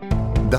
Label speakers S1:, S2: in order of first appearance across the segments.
S1: The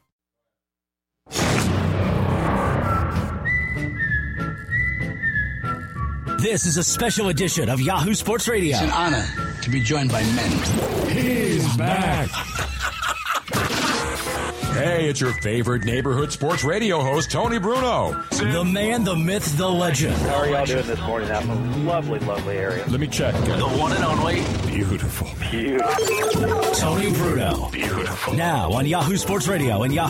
S2: This is a special edition of Yahoo Sports Radio.
S3: It's an honor to be joined by men.
S4: He's back. hey, it's your favorite neighborhood sports radio host, Tony Bruno.
S2: The man, the myth, the legend.
S5: How are y'all doing this morning out in a lovely, lovely area?
S4: Let me check.
S3: The one and only.
S4: Beautiful.
S2: Tony Bruno. Beautiful. Now on Yahoo Sports Radio and Yahoo.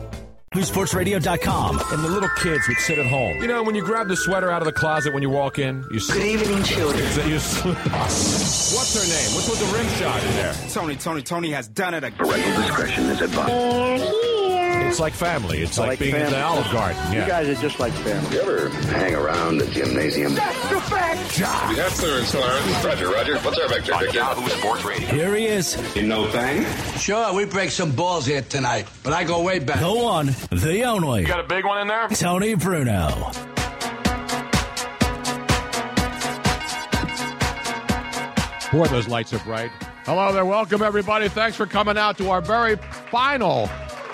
S2: YahooSportsRadio.com.
S4: And the little kids would sit at home. You know, when you grab the sweater out of the closet when you walk in, you
S6: Good
S4: see.
S6: evening, children.
S4: You s- What's her name? What's with the rim shot in there?
S7: Tony, Tony, Tony has done it again.
S5: Parental discretion is advised.
S4: It's like family. It's like, being in the Olive Garden. Yeah.
S5: You guys are just like family. You ever hang around the gymnasium?
S8: That's clearance, Clarence. Roger, Roger. What's our vector? Victor?
S9: Sports Radio.
S2: Here he is,
S8: You know thing?
S3: Sure, we break some balls here tonight, but I go way back.
S2: the one, the only,
S8: a big one in there?
S2: Tony Bruno.
S4: Boy, those lights are bright. Hello there. Welcome, everybody. Thanks for coming out to our very final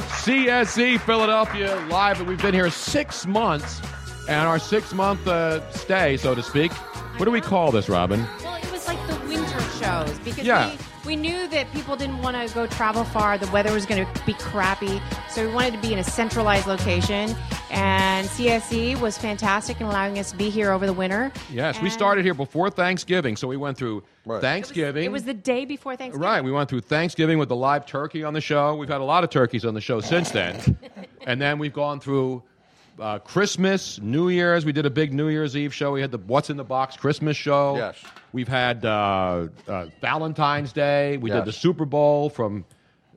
S4: CSE Philadelphia Live. We've been here six months, and our six month uh, stay, so to speak. What do we call this, Robin?
S10: Well, it was like the winter shows because
S4: Yeah.
S10: we, we knew that people didn't want to go travel far. The weather was going to be crappy. So we wanted to be in a centralized location. And CSE was fantastic in allowing us to be here over the winter.
S4: Yes, we started here before Thanksgiving, so we went through Thanksgiving.
S10: It was the day before Thanksgiving.
S4: Right, we went through Thanksgiving with the live turkey on the show. We've had a lot of turkeys on the show since then, and then we've gone through uh, Christmas, New Year's. We did a big New Year's Eve show. We had the What's in the Box Christmas show.
S11: Yes.
S4: We've had uh, uh, Valentine's Day. We did
S11: Yes.
S4: the Super Bowl from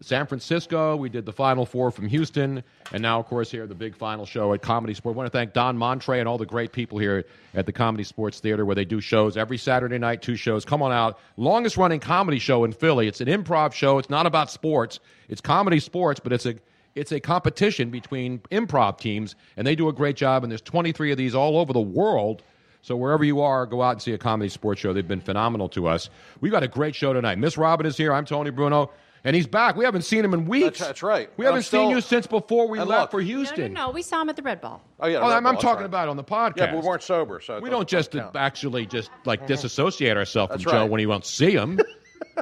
S4: San Francisco. We did the Final Four from Houston, and now, of course, here the big final show at Comedy Sport. I want to thank Don Montre and all the great people here at the Comedy Sports Theater, where they do shows every Saturday night. Two shows. Come on out. Longest running comedy show in Philly. It's an improv show. It's not about sports. It's comedy sports, but it's a it's a competition between improv teams, and they do a great job. And there's 23 of these all over the world. So wherever you are, go out and see a comedy sports show. They've been phenomenal to us. We've got a great show tonight. Miss Robin is here. I'm Tony Bruno, and he's back. We haven't seen him in weeks.
S11: That's- that's right.
S4: We
S11: And
S4: haven't
S11: I'm
S4: seen
S11: still-
S4: you since before we
S11: And
S4: left
S11: look-
S4: for
S11: No, no,
S10: No, no,
S4: Houston.
S10: no. We saw him at the Red Ball.
S11: Oh yeah,
S4: Oh,
S11: Red
S4: I'm, I'm
S11: Bull,
S4: talking
S11: sorry.
S4: about on the podcast.
S11: Yeah, but we weren't sober, so it
S4: We
S11: doesn't
S4: don't just
S11: count. Mm-hmm.
S4: actually just like disassociate ourselves from
S11: That's
S4: Joe
S11: right.
S4: when he won't see him.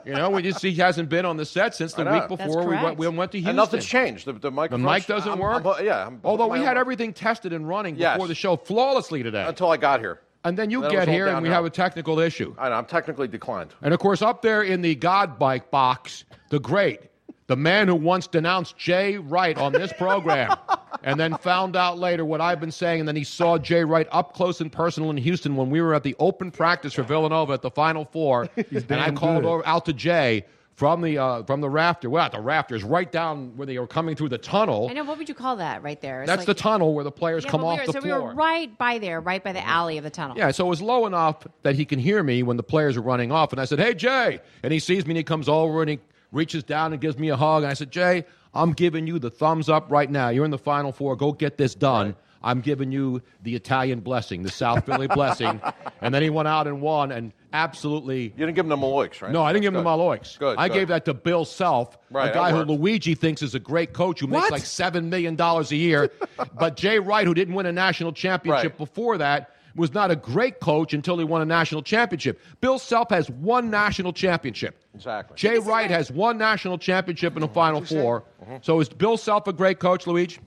S4: you know, we just he hasn't been on the set since the
S11: I know.
S4: week
S11: That's
S4: before we went,
S10: correct.
S4: we went to Houston.
S11: And nothing's changed. The, the
S4: The
S11: microphone.
S4: mic doesn't
S11: I'm-
S4: work.
S11: I'm- yeah. I'm-
S4: Although we
S11: my
S4: had
S11: own-
S4: everything tested and running
S11: Yes.
S4: before the show flawlessly today.
S11: until I got here.
S4: and then you
S11: Then it
S4: get
S11: was all
S4: here and we
S11: downhill.
S4: have a technical issue.
S11: I know. I'm technically declined.
S4: And of course, up there in the God bike box, the great, the man who once denounced Jay Wright on this program, and then found out later what I've been saying. And then he saw Jay Wright up close and personal in Houston when we were at the open practice for Villanova at the Final Four. and I
S6: damn
S4: called
S6: good.
S4: over, out to Jay from the uh, from the rafter. Well, not the rafters, right down where they were coming through the tunnel.
S10: I know. What would you call that right there? It's
S4: That's
S10: like-
S4: the tunnel where the players
S10: Yeah,
S4: come
S10: but we
S4: off
S10: were-
S4: the
S10: so
S4: floor.
S10: we were right by there, right by the alley of the tunnel.
S4: Yeah, so it was low enough that he can hear me when the players are running off. And I said, Hey, Jay. And he sees me and he comes over and he reaches down and gives me a hug. And I said, Jay, I'm giving you the thumbs up right now. You're in the final four. Go get this done. I'm giving you the Italian blessing, the South Philly blessing. And then he went out and won and absolutely.
S11: You didn't give him the Maloiks, right?
S4: No, I didn't give him the
S11: Good.
S4: Maloiks.
S11: Good,
S4: I
S11: good.
S4: gave that to Bill Self,
S11: Right,
S4: a
S11: that
S4: guy who
S11: worked.
S4: Luigi thinks is a great coach who makes
S11: What?
S4: like seven million dollars a year. but Jay Wright, who didn't win a national championship before that, was not a great coach until he won a national championship. Bill Self has one national championship.
S11: Exactly.
S4: Jay Wright has one national championship in the Final Four.
S11: Mhm.
S4: So is Bill Self a great coach, Luigi?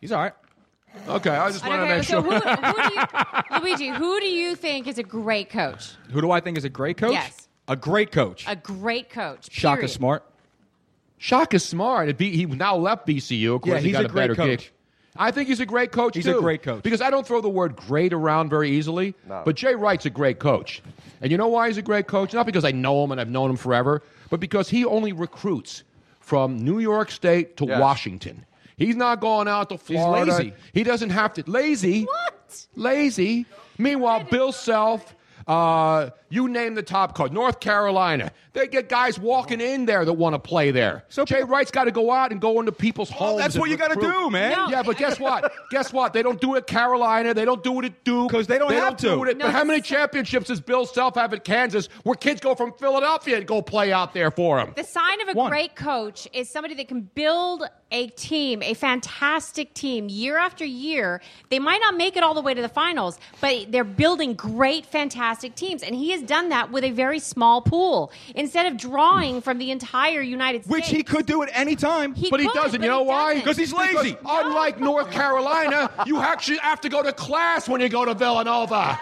S4: He's all right. Okay, I just wanted to
S10: Okay,
S4: make
S10: so
S4: sure.
S10: who, who do you, Luigi, who do you think is a great coach?
S9: Who do I think is a great coach?
S10: Yes.
S9: A great coach.
S10: A great coach.
S9: Shaka
S10: period.
S9: Smart.
S4: Shaka Smart. It be, he now left BCU. Of course,
S9: Yeah,
S4: he
S9: he's
S4: got
S9: a
S4: a,
S9: great
S4: better
S9: coach.
S4: gig. I think he's a great coach.
S9: He's a
S4: too,
S9: great coach.
S4: because I don't throw the word "great" around very easily.
S9: No.
S4: But Jay Wright's a great coach, and you know why he's a great coach? Not because I know him and I've known him forever, but because he only recruits from New York State to
S9: Yes.
S4: Washington. He's not going out to Florida.
S9: lazy.
S4: He doesn't have to. Lazy. What? Lazy. Meanwhile, Bill Self, uh, you name the top coach. North Carolina. They get guys walking in there that want to play there. So Jay Wright's got to go out and go into people's homes.
S9: that's
S4: and
S9: what you gotta
S4: recruit.
S9: do, man. No.
S4: yeah, but guess what? guess what? They don't do it at Carolina. They don't do it at Duke. Because they
S9: don't have
S4: do
S9: to.
S4: it at-
S9: No,
S4: but how many championships does Bill Self have at Kansas where kids go from Philadelphia and go play out there for him?
S10: The sign of a great coach is somebody that can build a team, a fantastic team, year after year. They might not make it all the way to the finals, but they're building great, fantastic teams. And he has done that with a very small pool. Instead of drawing from the entire United States,
S9: Which he could do at any time.
S4: but he doesn't. You know why?
S9: Because he's lazy.
S4: Because unlike North Carolina, you actually have to go to class when you go to Villanova.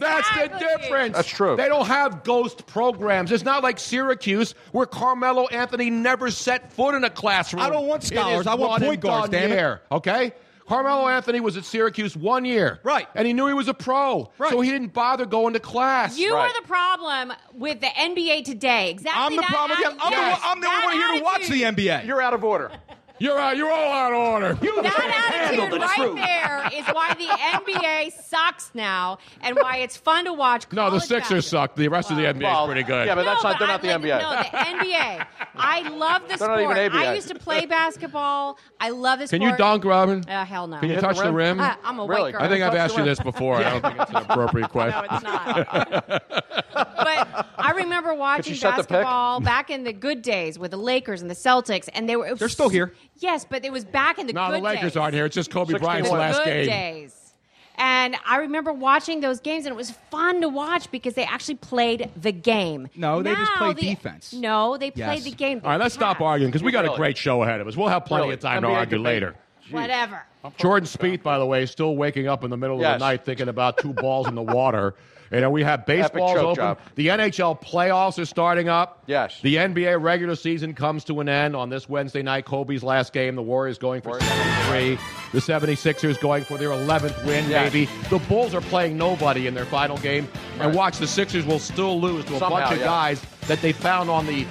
S4: That's the difference.
S11: That's true.
S4: They don't have ghost programs. It's not like Syracuse, where Carmelo Anthony never set foot in a classroom.
S9: I don't want
S4: It is
S9: scholars. I want
S4: one
S9: point
S4: and
S9: guards,
S4: done
S9: damn it.
S4: year, Okay. Carmelo Anthony was at Syracuse one year. Right. And he knew he was a pro. Right. So he didn't bother going to class.
S10: You are the problem with the NBA today. Exactly.
S9: I'm the
S10: that
S9: problem. Yeah,
S10: atti-
S9: I'm,
S10: yes,
S9: the, I'm the
S10: that
S9: only one here to watch
S10: attitude.
S9: the NBA. You're
S11: out of order.
S4: You're out. You're all out of order. You
S10: that attitude right there is why the NBA sucks now and why it's fun to watch.
S4: No, the Sixers suck. The rest of the NBA is pretty good.
S11: yeah, but that's not- they're not the NBA.
S10: No, the NBA. I love the
S11: They're
S10: sport.
S11: not even
S10: I
S11: ABA.
S10: used to play basketball. I love this.
S4: Can you dunk, Robin?
S10: Uh, hell no.
S4: Can you touch the rim?
S10: Uh, I'm a white girl.
S4: I think I've asked you this before. I don't think it's an appropriate question.
S10: No, it's but I remember watching
S4: shut the pick?
S10: basketball back in the good days with the Lakers and the Celtics, and they were.
S4: They're still here.
S10: Yes, but it was back in the
S4: No,
S10: good
S4: the Lakers
S10: days.
S4: aren't here. It's just Kobe Bryant's
S10: The
S4: last
S10: good
S4: game.
S10: days. And I remember watching those games, and it was fun to watch because they actually played the game.
S4: No, they just
S10: Now
S4: played
S10: the-
S4: defense.
S10: No, they
S4: Yes.
S10: played the game.
S4: All right, let's stop arguing because we got a
S10: Really?
S4: great show ahead of us. We'll have plenty
S10: Really?
S4: of time to
S10: NBA
S4: argue
S10: debate.
S4: later.
S10: Whatever.
S4: Jordan Spieth, by the way, is still waking up in the middle of
S9: Yes.
S4: the night thinking about two balls in the water. You know, we have baseballs
S11: choke
S4: open.
S11: job.
S4: The NHL playoffs are starting up.
S11: Yes.
S4: The NBA regular season comes to an end on this Wednesday night. Kobe's last game. The Warriors going for 73. The 76ers going for their 11th win,
S11: Yes.
S4: maybe. The Bulls are playing nobody in their final game. And watch, the Sixers will still lose to a
S11: Somehow,
S4: bunch of
S11: yeah.
S4: guys that they found on the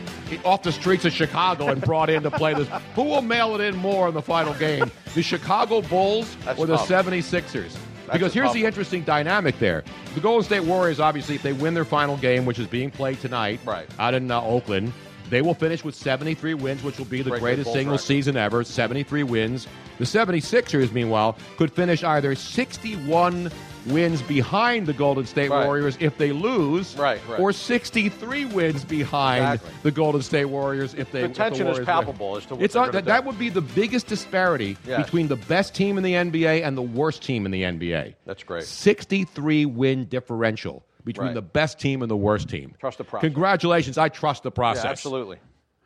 S4: off the streets of Chicago and brought in to play this. Who will mail it in more in the final game? The Chicago Bulls
S11: That's
S4: or the
S11: tough.
S4: 76ers? because
S11: a
S4: here's
S11: tough
S4: the
S11: one.
S4: interesting dynamic there. The Golden State Warriors, obviously, if they win their final game, which is being played tonight right. out in uh, Oakland, they will finish with 73 wins, which will be the
S11: Break the
S4: greatest
S11: Bulls
S4: single
S11: record.
S4: season ever 73 wins. The 76ers, meanwhile, could finish either 61 wins behind the Golden State
S11: Right.
S4: Warriors if they lose,
S11: Right, right.
S4: or 63 wins behind
S11: Exactly.
S4: the Golden State Warriors if they
S11: The
S4: if
S11: tension is
S4: Warriors win.
S11: palpable as to what
S4: it's
S11: they're
S4: un-
S11: gonna
S4: that,
S11: do.
S4: that would be the biggest disparity
S11: Yes.
S4: between the best team in the NBA and the worst team in the NBA.
S11: That's great.
S4: 63 win differential between
S11: Right.
S4: the best team and the worst team.
S11: Trust the process.
S4: Congratulations. I trust the process.
S11: Yeah, absolutely.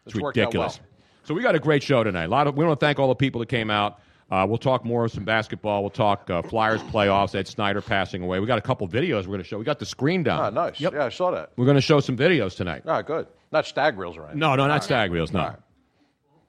S4: It's,
S11: worked out
S4: ridiculous. So we got a great show tonight. A lot of we want to thank all the people that came out. Uh, we'll talk more of some basketball. We'll talk uh, Flyers playoffs. Ed Snyder passing away. We got a couple videos we're going to show. We got the screen down.
S11: Ah, nice. Yeah, I saw that.
S4: We're going to show some videos tonight. Mm.
S11: Ah, good. Not stag reels or anything.
S4: No, no, not stag wheels. No.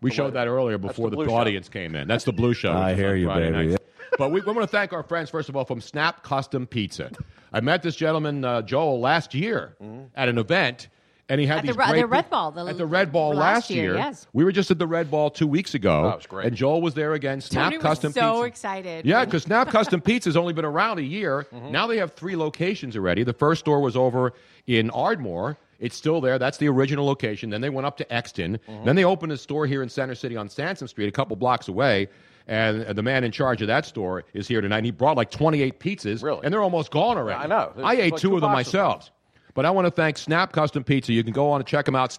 S4: We showed that earlier before the,
S11: blue show.
S4: audience came in. That's the blue show.
S6: I
S4: which is
S6: hear
S4: on
S6: you,
S4: Friday
S6: baby.
S4: nights. But we, we want to thank our friends, first of all, from Snap Custom Pizza. I met this gentleman, uh, Joel, last year at an event, and he had
S10: Mm-hmm. At the
S4: these
S10: Ru- the
S4: great
S10: Red Ball, the
S4: at the Red Ball
S10: last
S4: last,
S10: year, yes. Oh,
S4: We were just at the Red Ball two weeks ago.
S11: That was great.
S4: And Joel was there again. Snap
S10: Tony
S4: Custom
S10: was so
S4: Pizza.
S10: excited.
S4: Yeah, because Snap Custom Pizza's only been around a year. Now they have three locations already. The first store was over in Ardmore. It's still there. That's the original location. Then they went up to Exton. Then they opened a store here in Center City on Sansom Street, a couple blocks away. And uh, the man in charge of that store is here tonight. And he brought like 28 pizzas. Really? And they're almost gone already. I know. I ate
S11: like
S4: two
S11: two
S4: of them
S11: boxes
S4: myself. But I want to thank Snap Custom Pizza. You can go on and check them out,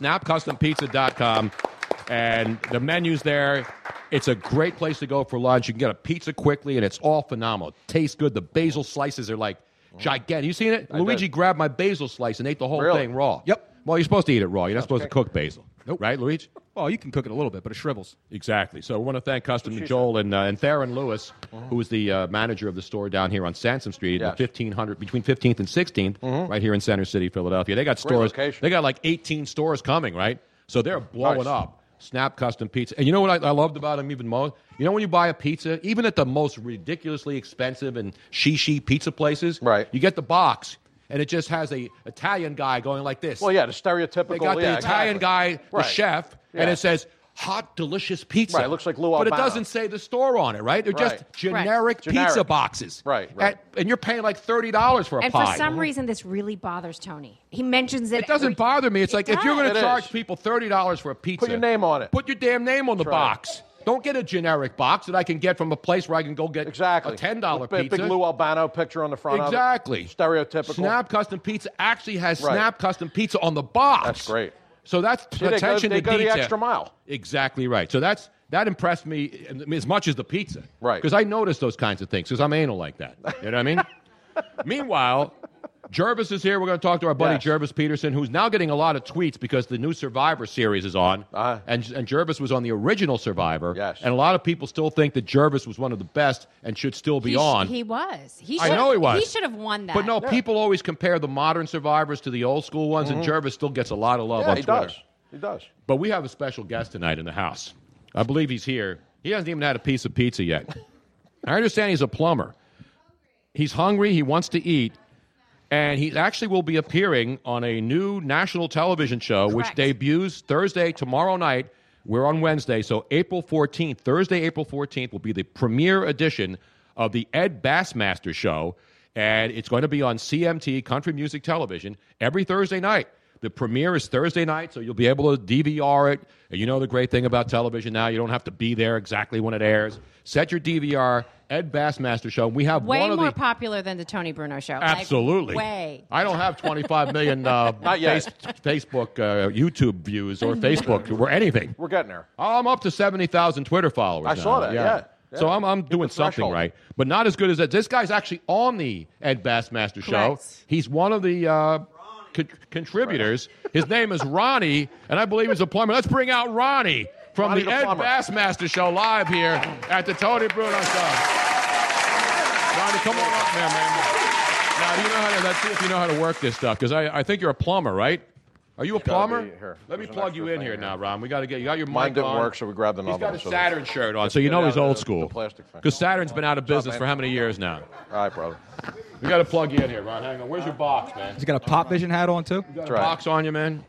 S4: snapcustompizza.com. And the menu's there. It's a great place to go for lunch. You can get a pizza quickly, and it's all phenomenal. Tastes good. The basil slices are like gigantic. You seen it? Luigi grabbed my basil slice and ate the whole
S9: Really?
S4: thing raw. Yep. Well, you're supposed to eat it raw. You're not supposed to cook basil. Nope. Right, Luigi?
S9: Oh,
S4: Well, you can cook it a little bit, but it shrivels. Exactly. So we want to thank Custom Joel and, uh, and Theron Lewis,
S11: Mm-hmm.
S4: who is the uh, manager of the store down here on Sansom Street, the 1500, between 15th and 16th, right here in Center City, Philadelphia. They got
S11: Mm-hmm. Great
S4: stores.
S11: location.
S4: They got like 18 stores coming, right? So they're blowing
S11: Nice.
S4: up. Snap Custom Pizza. And you know what I, I loved about them even more? You know when you buy a pizza, even at the most ridiculously expensive and shishi pizza places, right. you get the box. And it just has a Italian guy going like this.
S11: Well, yeah, the stereotypical.
S4: They got the
S11: yeah,
S4: Italian
S11: exactly.
S4: guy, the
S11: Right.
S4: chef,
S11: Yeah.
S4: and it says hot, delicious pizza.
S11: Right, it looks like Lou
S4: But it
S11: Albano.
S4: doesn't say the store on it, right? They're
S11: Right.
S4: just generic
S11: Right.
S4: pizza
S11: Generic.
S4: boxes.
S11: Right, right.
S4: At- and you're paying like $30 for a
S10: and
S4: pie.
S10: for some reason, this really bothers Tony. He mentions it.
S4: It doesn't bother me. It's like if you're going to
S10: does.
S4: charge people thirty dollars for a pizza, put your name on it. Put your damn name on the box. Don't get a generic box that I can get from a place where I can go get a ten dollar
S11: With big-
S4: pizza.
S11: Big Lou Albano picture on the front
S4: exactly.
S11: of it. Stereotypical.
S4: Snap Custom Pizza actually has
S11: Right.
S4: Snap Custom Pizza on the box. That's
S11: great.
S4: So that's
S11: See, they go-
S4: attention
S11: they
S4: to
S11: go the
S4: detail.
S11: extra mile.
S4: Exactly right. So that's that impressed me I mean, as much as the pizza. Right. Because I notice those kinds of things because I'm anal like that. You know what I mean? Meanwhile, Jervis is here. We're going to talk to our buddy Jervis Peterson, who's now getting a lot of tweets because the new Survivor series is on. Uh-huh. And, and Jervis was on the original Survivor. Yes. And a lot of people still think that Jervis was one of the best and should still be
S10: he sh-
S4: on.
S10: he was. He
S4: I
S10: should-
S4: know he was.
S10: He should have won that.
S4: But no, people always compare the modern survivors to the old school ones, and
S11: Mhm.
S4: Jervis still gets a lot of love
S11: yeah,
S4: on
S11: he
S4: Twitter.
S11: does. He does.
S4: But we have a special guest tonight in the house. I believe he's here. He hasn't even had a piece of pizza yet. I understand he's a plumber. He's hungry. He wants to eat. And he actually will be appearing on a new national television show, which debuts Thursday, tomorrow night. We're on Wednesday. So April 14th, Thursday, April 14th, will be the premiere edition of the Ed Bassmaster Show. And it's going to be on CMT, Country Music Television, every Thursday night. The premiere is Thursday night, so you'll be able to DVR it. And you know the great thing about television now, you don't have to be there exactly when it airs. Set your DVR, Ed Bassmaster Show. We have
S10: way
S4: one of
S10: more
S4: the
S10: popular than the Tony Bruno show. Like,
S4: Absolutely.
S10: way.
S4: I don't have 25 million uh,
S11: Not yet.
S4: face- Facebook, uh, YouTube views, or Facebook or anything.
S11: We're getting there.
S4: I'm up to 70,000 Twitter followers.
S11: I
S4: now.
S11: saw that, yeah, yeah.
S4: So I'm, I'm doing something
S11: threshold.
S4: right, but not as good as that. This guy's actually on the Ed Bassmaster show. He's one of the uh, con- contributors. His name is Ronnie, and I believe he's a plumber. Let's bring out Ronnie from
S11: Ronnie
S4: the,
S11: the
S4: Ed
S11: plumber.
S4: Bassmaster show live here at the Tony Bruno show. Ronnie, come on up, man, man. Now, do you know how to, let's see if you know how to work this stuff, because I, I think you're a plumber, right? Are you a plumber? Let me plug you in here now, Ron. We got to get you got your
S11: Mine
S4: mic
S11: didn't
S4: on.
S11: work, so we grabbed another
S4: He's got
S11: one,
S4: a
S11: so-
S4: Saturn shirt on, so you
S11: Get
S4: know
S11: out
S4: he's
S11: of
S4: old
S11: the-
S4: school.
S11: the plastic thing.
S4: Because Saturn's been out of
S11: What's up,
S4: business
S11: man?
S4: for how many years now?
S11: All right, brother.
S4: We got to plug you in here, Ron. Hang on. Where's your box, man?
S9: He's got a pop vision hat on too.
S4: You got a box on you, man.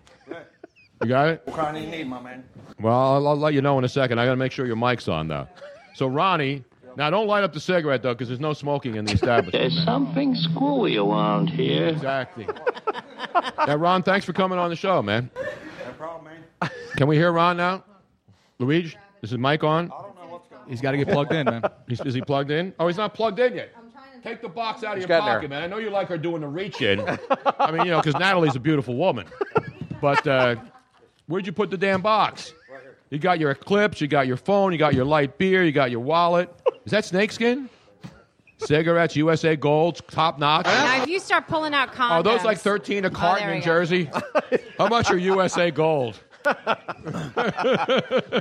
S4: You got it.
S12: What kind do you need, my man?
S4: Well, I'll, I'll let you know in a second. I got to make sure your mic's on though. So, Ronnie, now don't light up the cigarette though, because there's no smoking in the establishment.
S13: There's something screwy around here.
S4: Exactly. Yeah, Ron, thanks for coming on the show, man. No problem, man. Can we hear Ron now? Luigi, is his mic on? I don't know what's going on.
S9: He's got to get plugged in, man.
S4: He's, is he plugged in? Oh, he's not plugged in yet. Take the box out of
S9: He's
S4: your
S9: getting there.
S4: pocket, man. I know you like her doing the reach in. I mean, you know, because Natalie's a beautiful woman. But uh, where'd you put the damn box? You got your Eclipse, you got your phone, you got your light beer, you got your wallet. Is that snakeskin? Cigarettes, USA Gold, top notch.
S10: Now, if you start pulling out condoms,
S4: Are Oh, those like 13 a carton
S10: Oh, there
S4: in
S10: we go.
S4: Jersey? How much are USA Gold?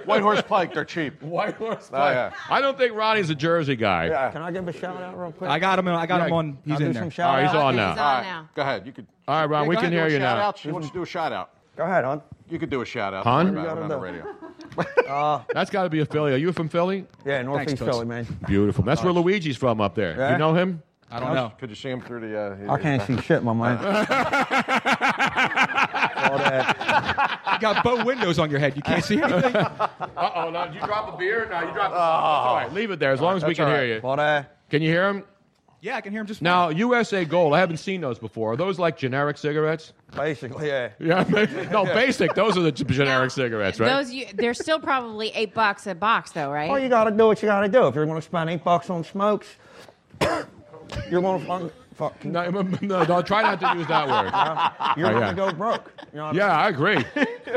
S11: White Horse Pike, they're cheap.
S4: White Horse
S11: Oh, yeah.
S4: I don't think Ronnie's a Jersey guy.
S12: Can I give him a shout out real quick?
S9: I got him. I got him on. He's in there.
S4: All right, he's on now.
S11: All right, Go ahead. You could.
S4: All right, Ron,
S11: Yeah,
S4: we
S11: go
S4: can
S11: ahead, do
S4: hear
S11: a
S4: you
S11: shout
S4: now.
S11: Out. You want to do a shout out?
S12: Go ahead, hon.
S11: You could do a shout out.
S4: Hon?
S11: Sorry about it, I'm on the radio.
S4: That's got to be a Philly. Are you from Philly?
S12: Yeah, Northeast Thanks, Coach. Philly, man.
S4: Beautiful. That's where Luigi's from up there.
S12: Yeah?
S4: You know him?
S12: I don't know.
S11: Could you see him through the? Uh, his-
S12: I can't see shit, my man.
S9: You got bow windows on your head. You can't see anything.
S4: Uh oh, no, you drop a beer? No, you drop.
S12: Oh.
S4: A... all right, leave it there as long as we can hear you.
S12: eh?
S4: Can you hear him?
S9: yeah, I can hear him just
S4: Now, USA Gold. I haven't seen those before. Are those like generic cigarettes?
S12: Basically, yeah.
S4: Yeah, no, basic. Those are the g- generic cigarettes, right? Oh,
S10: Those you, they're still probably eight bucks a box though, right?
S12: Well, you got to do what you got to do. If you're going to spend eight bucks on smokes, you're going to fuck. fuck
S4: no, no, no, try not to use that word.
S12: You're
S4: Oh,
S12: going
S4: yeah.
S12: to go broke. You know what
S4: Yeah, I agree.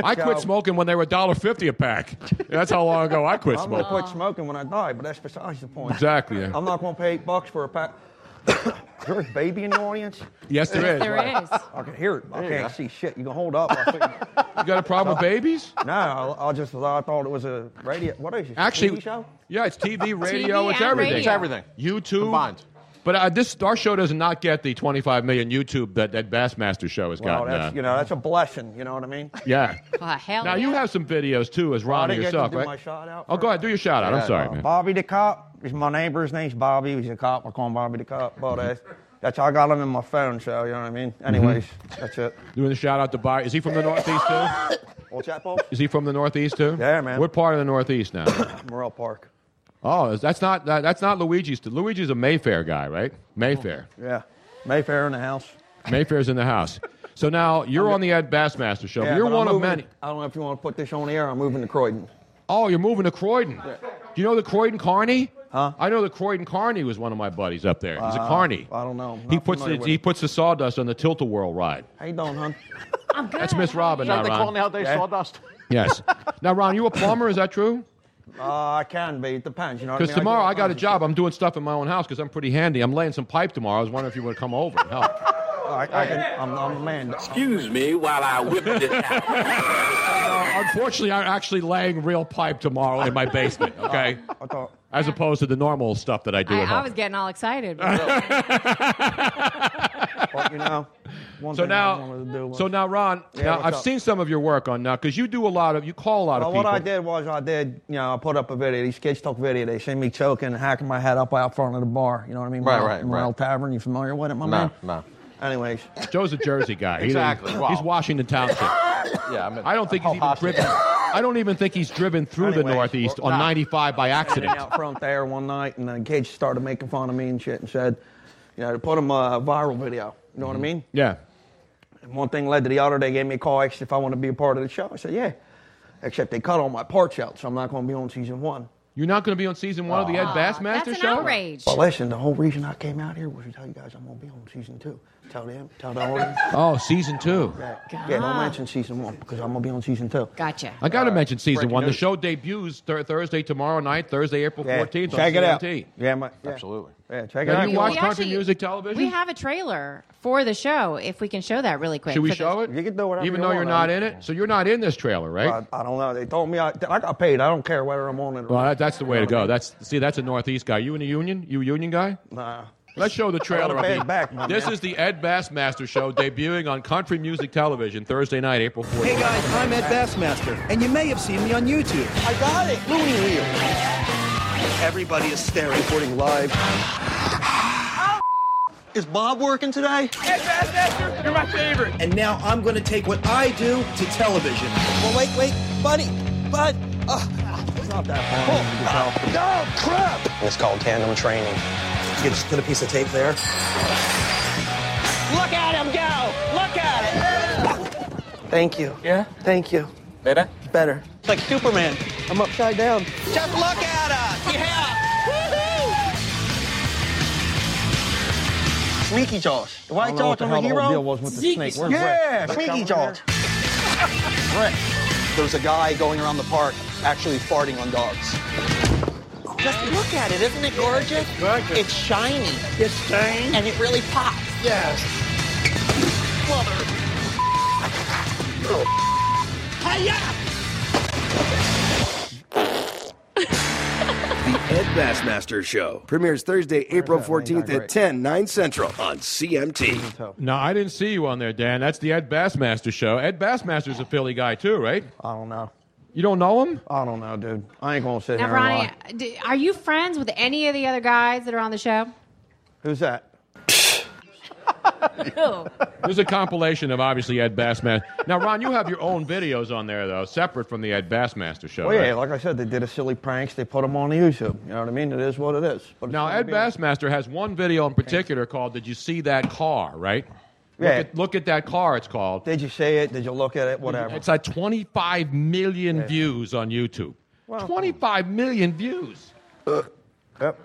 S4: I quit
S12: So-
S4: smoking when they were $1.50 a pack. That's how long ago I
S12: I mean?
S4: quit
S12: I'm going
S4: smoking.
S12: to quit smoking when I die, but that's besides the point.
S4: Exactly, yeah.
S12: I'm not going to pay eight bucks for a pack. Is there a baby in the audience?
S4: Yes, there is.
S10: There is.
S12: I can hear it. I
S4: There you
S12: can't
S4: go.
S12: see shit. You can hold up. I think-
S4: You got a problem with babies?
S12: no, I, I just I thought it was a radio. What is it?
S4: Actually,
S12: TV show?
S4: yeah, it's TV, radio,
S12: TV
S4: it's
S12: and
S4: everything.
S12: radio. It's everything.
S4: YouTube. But uh, this our show does not get the 25 million YouTube that that Bassmaster show has
S12: Well,
S4: gotten.
S12: that's,
S4: uh,
S12: you know, that's a blessing. You know what I mean?
S4: yeah.
S10: Oh, hell
S4: Now you
S10: yeah.
S4: have some videos too, as Ronnie
S12: didn't get to
S4: yourself,
S12: do
S4: right?
S12: my shout out
S4: oh, go ahead, do your shout out. I'm
S12: Yeah,
S4: sorry,
S12: uh,
S4: man.
S12: Bobby the cop. He's my neighbor. His name's Bobby. He's a cop. I call him Bobby the cop. But uh, that's how I got him in my phone. So you know what I
S4: Mm-hmm.
S12: mean. Anyways, that's it.
S4: Doing the shout out to Bobby. Is he from the Northeast too?
S12: What's that, Bob?
S4: Is he from the Northeast too? Yeah, man. What part of the Northeast now?
S12: Morel Park.
S4: oh, is- that's not that, that's not Luigi's. Luigi's a Mayfair guy, right? Mayfair.
S12: Yeah, Mayfair in the house.
S4: Mayfair's in the house. So now you're on the Ed Bassmaster show.
S12: Yeah,
S4: you're
S12: but I'm
S4: one of
S12: moving-
S4: many.
S12: I don't know if you want to put this on the air. I'm moving to Croydon.
S4: Oh, you're moving to Croydon. Do you know the Croydon Carney? Huh? I know the Croydon Carney was one of my buddies up there. He's a
S12: Uh,
S4: Carney.
S12: I don't know. I'm
S4: He
S12: not
S4: puts
S12: familiar
S4: the,
S12: with
S4: he
S12: it.
S4: puts the sawdust on the tilt a whirl ride.
S12: How you doing, hon?
S4: That's Miss Robin,
S11: Is that
S4: now,
S11: they
S4: Ron.
S11: call nowadays
S12: Yeah.
S11: sawdust?
S4: Yes. Now, Ron, you a plumber? Is that true?
S12: Uh, I can be. It depends. You know. what
S4: Because
S12: I mean?
S4: tomorrow
S12: do
S4: I
S12: all
S4: got a
S12: kinds of
S4: job. I'm doing stuff in my own house because I'm pretty handy. I'm laying some pipe tomorrow. I was wondering if you would come over and help.
S12: shit. I, I can, I'm, I'm a man.
S3: Excuse me while I whip it out.
S4: Uh, Unfortunately, I'm actually laying real pipe tomorrow in my basement. Okay.
S12: I thought.
S4: As opposed to the normal stuff that I do
S10: I,
S4: at
S10: I
S4: home.
S10: was getting all excited.
S12: But, you know. One
S4: So
S12: thing I
S4: now,
S12: wanted to do was-
S4: so now, Ron.
S12: Yeah,
S4: now
S12: what's
S4: I've
S12: up?
S4: seen some of your work on now because you do a lot of you call a lot
S12: Well,
S4: of people.
S12: what I did was I did, you know, I put up a video, these kids took video. They seen me choking and hacking my head up out front of the bar. You know what I mean?
S11: Right,
S12: Morel-
S11: right,
S12: Morel
S11: right.
S12: Tavern. You familiar with it, my
S11: No,
S12: man?
S11: no.
S12: Anyways,
S4: Joe's a Jersey guy. He
S11: Exactly.
S4: didn't-
S11: Wow.
S4: He's Washington Township.
S11: Yeah, I mean,
S4: I don't think he's even driven. I don't even think he's driven through the
S12: Anyway,
S4: Northeast on
S12: nah.
S4: 95 by
S12: sitting
S4: accident.
S12: out front there one night, and the kids started making fun of me and shit, and said, you know, to put them a viral video. You know
S4: Mm-hmm.
S12: what I mean?
S4: Yeah.
S12: And one thing led to the other. They gave me a call, asked if I want to be a part of the show. I said, yeah. Except they cut all my parts out, so I'm not going to be on season one.
S4: You're not going to be on season one of the Ed Bassmaster
S10: Ah, That's an
S4: show.
S10: outrage.
S12: But listen, the whole reason I came out here was to tell you guys I'm going to be on season two. Tell them, tell the audience.
S4: Oh, season two.
S12: Yeah, don't mention season one because I'm gonna be on season two.
S10: Gotcha.
S4: I
S12: Uh,
S4: got to mention season
S11: breaking
S4: one. The
S11: news.
S4: show debuts thir- Thursday tomorrow night, Thursday, April 14th. on
S12: check it out.
S4: CMT.
S12: Yeah, my, yeah.
S11: Absolutely.
S12: Yeah, check it
S4: Have
S12: out.
S4: you watched country music television?
S10: We have a trailer for the show. If we can show that really quick.
S4: Should we
S10: for the-
S4: show it?
S12: You can do whatever
S4: Even
S12: you
S4: though
S12: want,
S4: you're
S12: I
S4: not
S12: mean.
S4: in it, so you're not in this trailer, right?
S12: I, I don't know. They told me I, I got paid. I don't care whether I'm on it or
S4: Well,
S12: not.
S4: that, that's the way to go. That's see, that's a Northeast guy. You in a union? You a union guy?
S12: Nah.
S4: Let's show the trailer.
S12: I
S4: of
S12: got a
S4: the-
S12: bad back, my
S4: this
S12: man.
S4: is the Ed Bassmaster show debuting on Country Music Television Thursday night, April 14th.
S6: Hey guys, I'm Ed Bassmaster, and you may have seen me on YouTube. I got it. Loony Wheel. Everybody is staring. Reporting live. Is Bob working today? Ed Bassmaster, you're my favorite. And now I'm going to take what I do to television. Well, wait, wait, buddy, bud. it's not that hard. no crap. it's called tandem training. You just put a piece of tape there.
S14: Look at him go! Look at it!
S6: Thank you. Yeah? Thank you. Better? Better. Like Superman. I'm upside down.
S14: Just look at us! Yeah!
S6: Sneaky Josh.
S12: I don't know what the hell the whole deal was with the snake. Where's
S6: yeah,
S12: Rick? Rick
S6: Sneaky
S12: over there?
S6: Josh. Rick. There's a guy going around the park actually farting on dogs.
S14: Just look at it, isn't it gorgeous? Gorgeous. It's shiny. It's shiny. And it really pops. Yes. Mother. Hiya!
S15: The Ed Bassmaster Show premieres Thursday, April 14th at 10, 9 central on CMT.
S4: No, I didn't see you on there, Dan. That's the Ed Bassmaster show. Ed Bassmaster's a Philly guy too, right?
S12: I don't know.
S4: You don't know him?
S12: I don't know, dude. I ain't gonna sit
S10: Now,
S12: here and
S10: Ronnie,
S12: lie.
S10: d- are you friends with any of the other guys that are on the show?
S12: Who's that?
S10: Who?
S4: There's a compilation of obviously Ed Bassmaster. Now, Ron, you have your own videos on there though, separate from the Ed Bassmaster show.
S12: Well, yeah,
S4: right?
S12: like I said, they did a silly pranks. They put them on YouTube. You know what I mean? It is what it is. But it's
S4: Now,
S12: gonna
S4: Ed
S12: be on-
S4: Bassmaster has one video in particular called "Did You See That Car?" Right?
S12: Yeah.
S4: Look at, look at that car. It's called.
S12: Did you see it? Did you look at it? Whatever.
S4: It's at 25 million views on YouTube. 25 million views.
S12: Yep.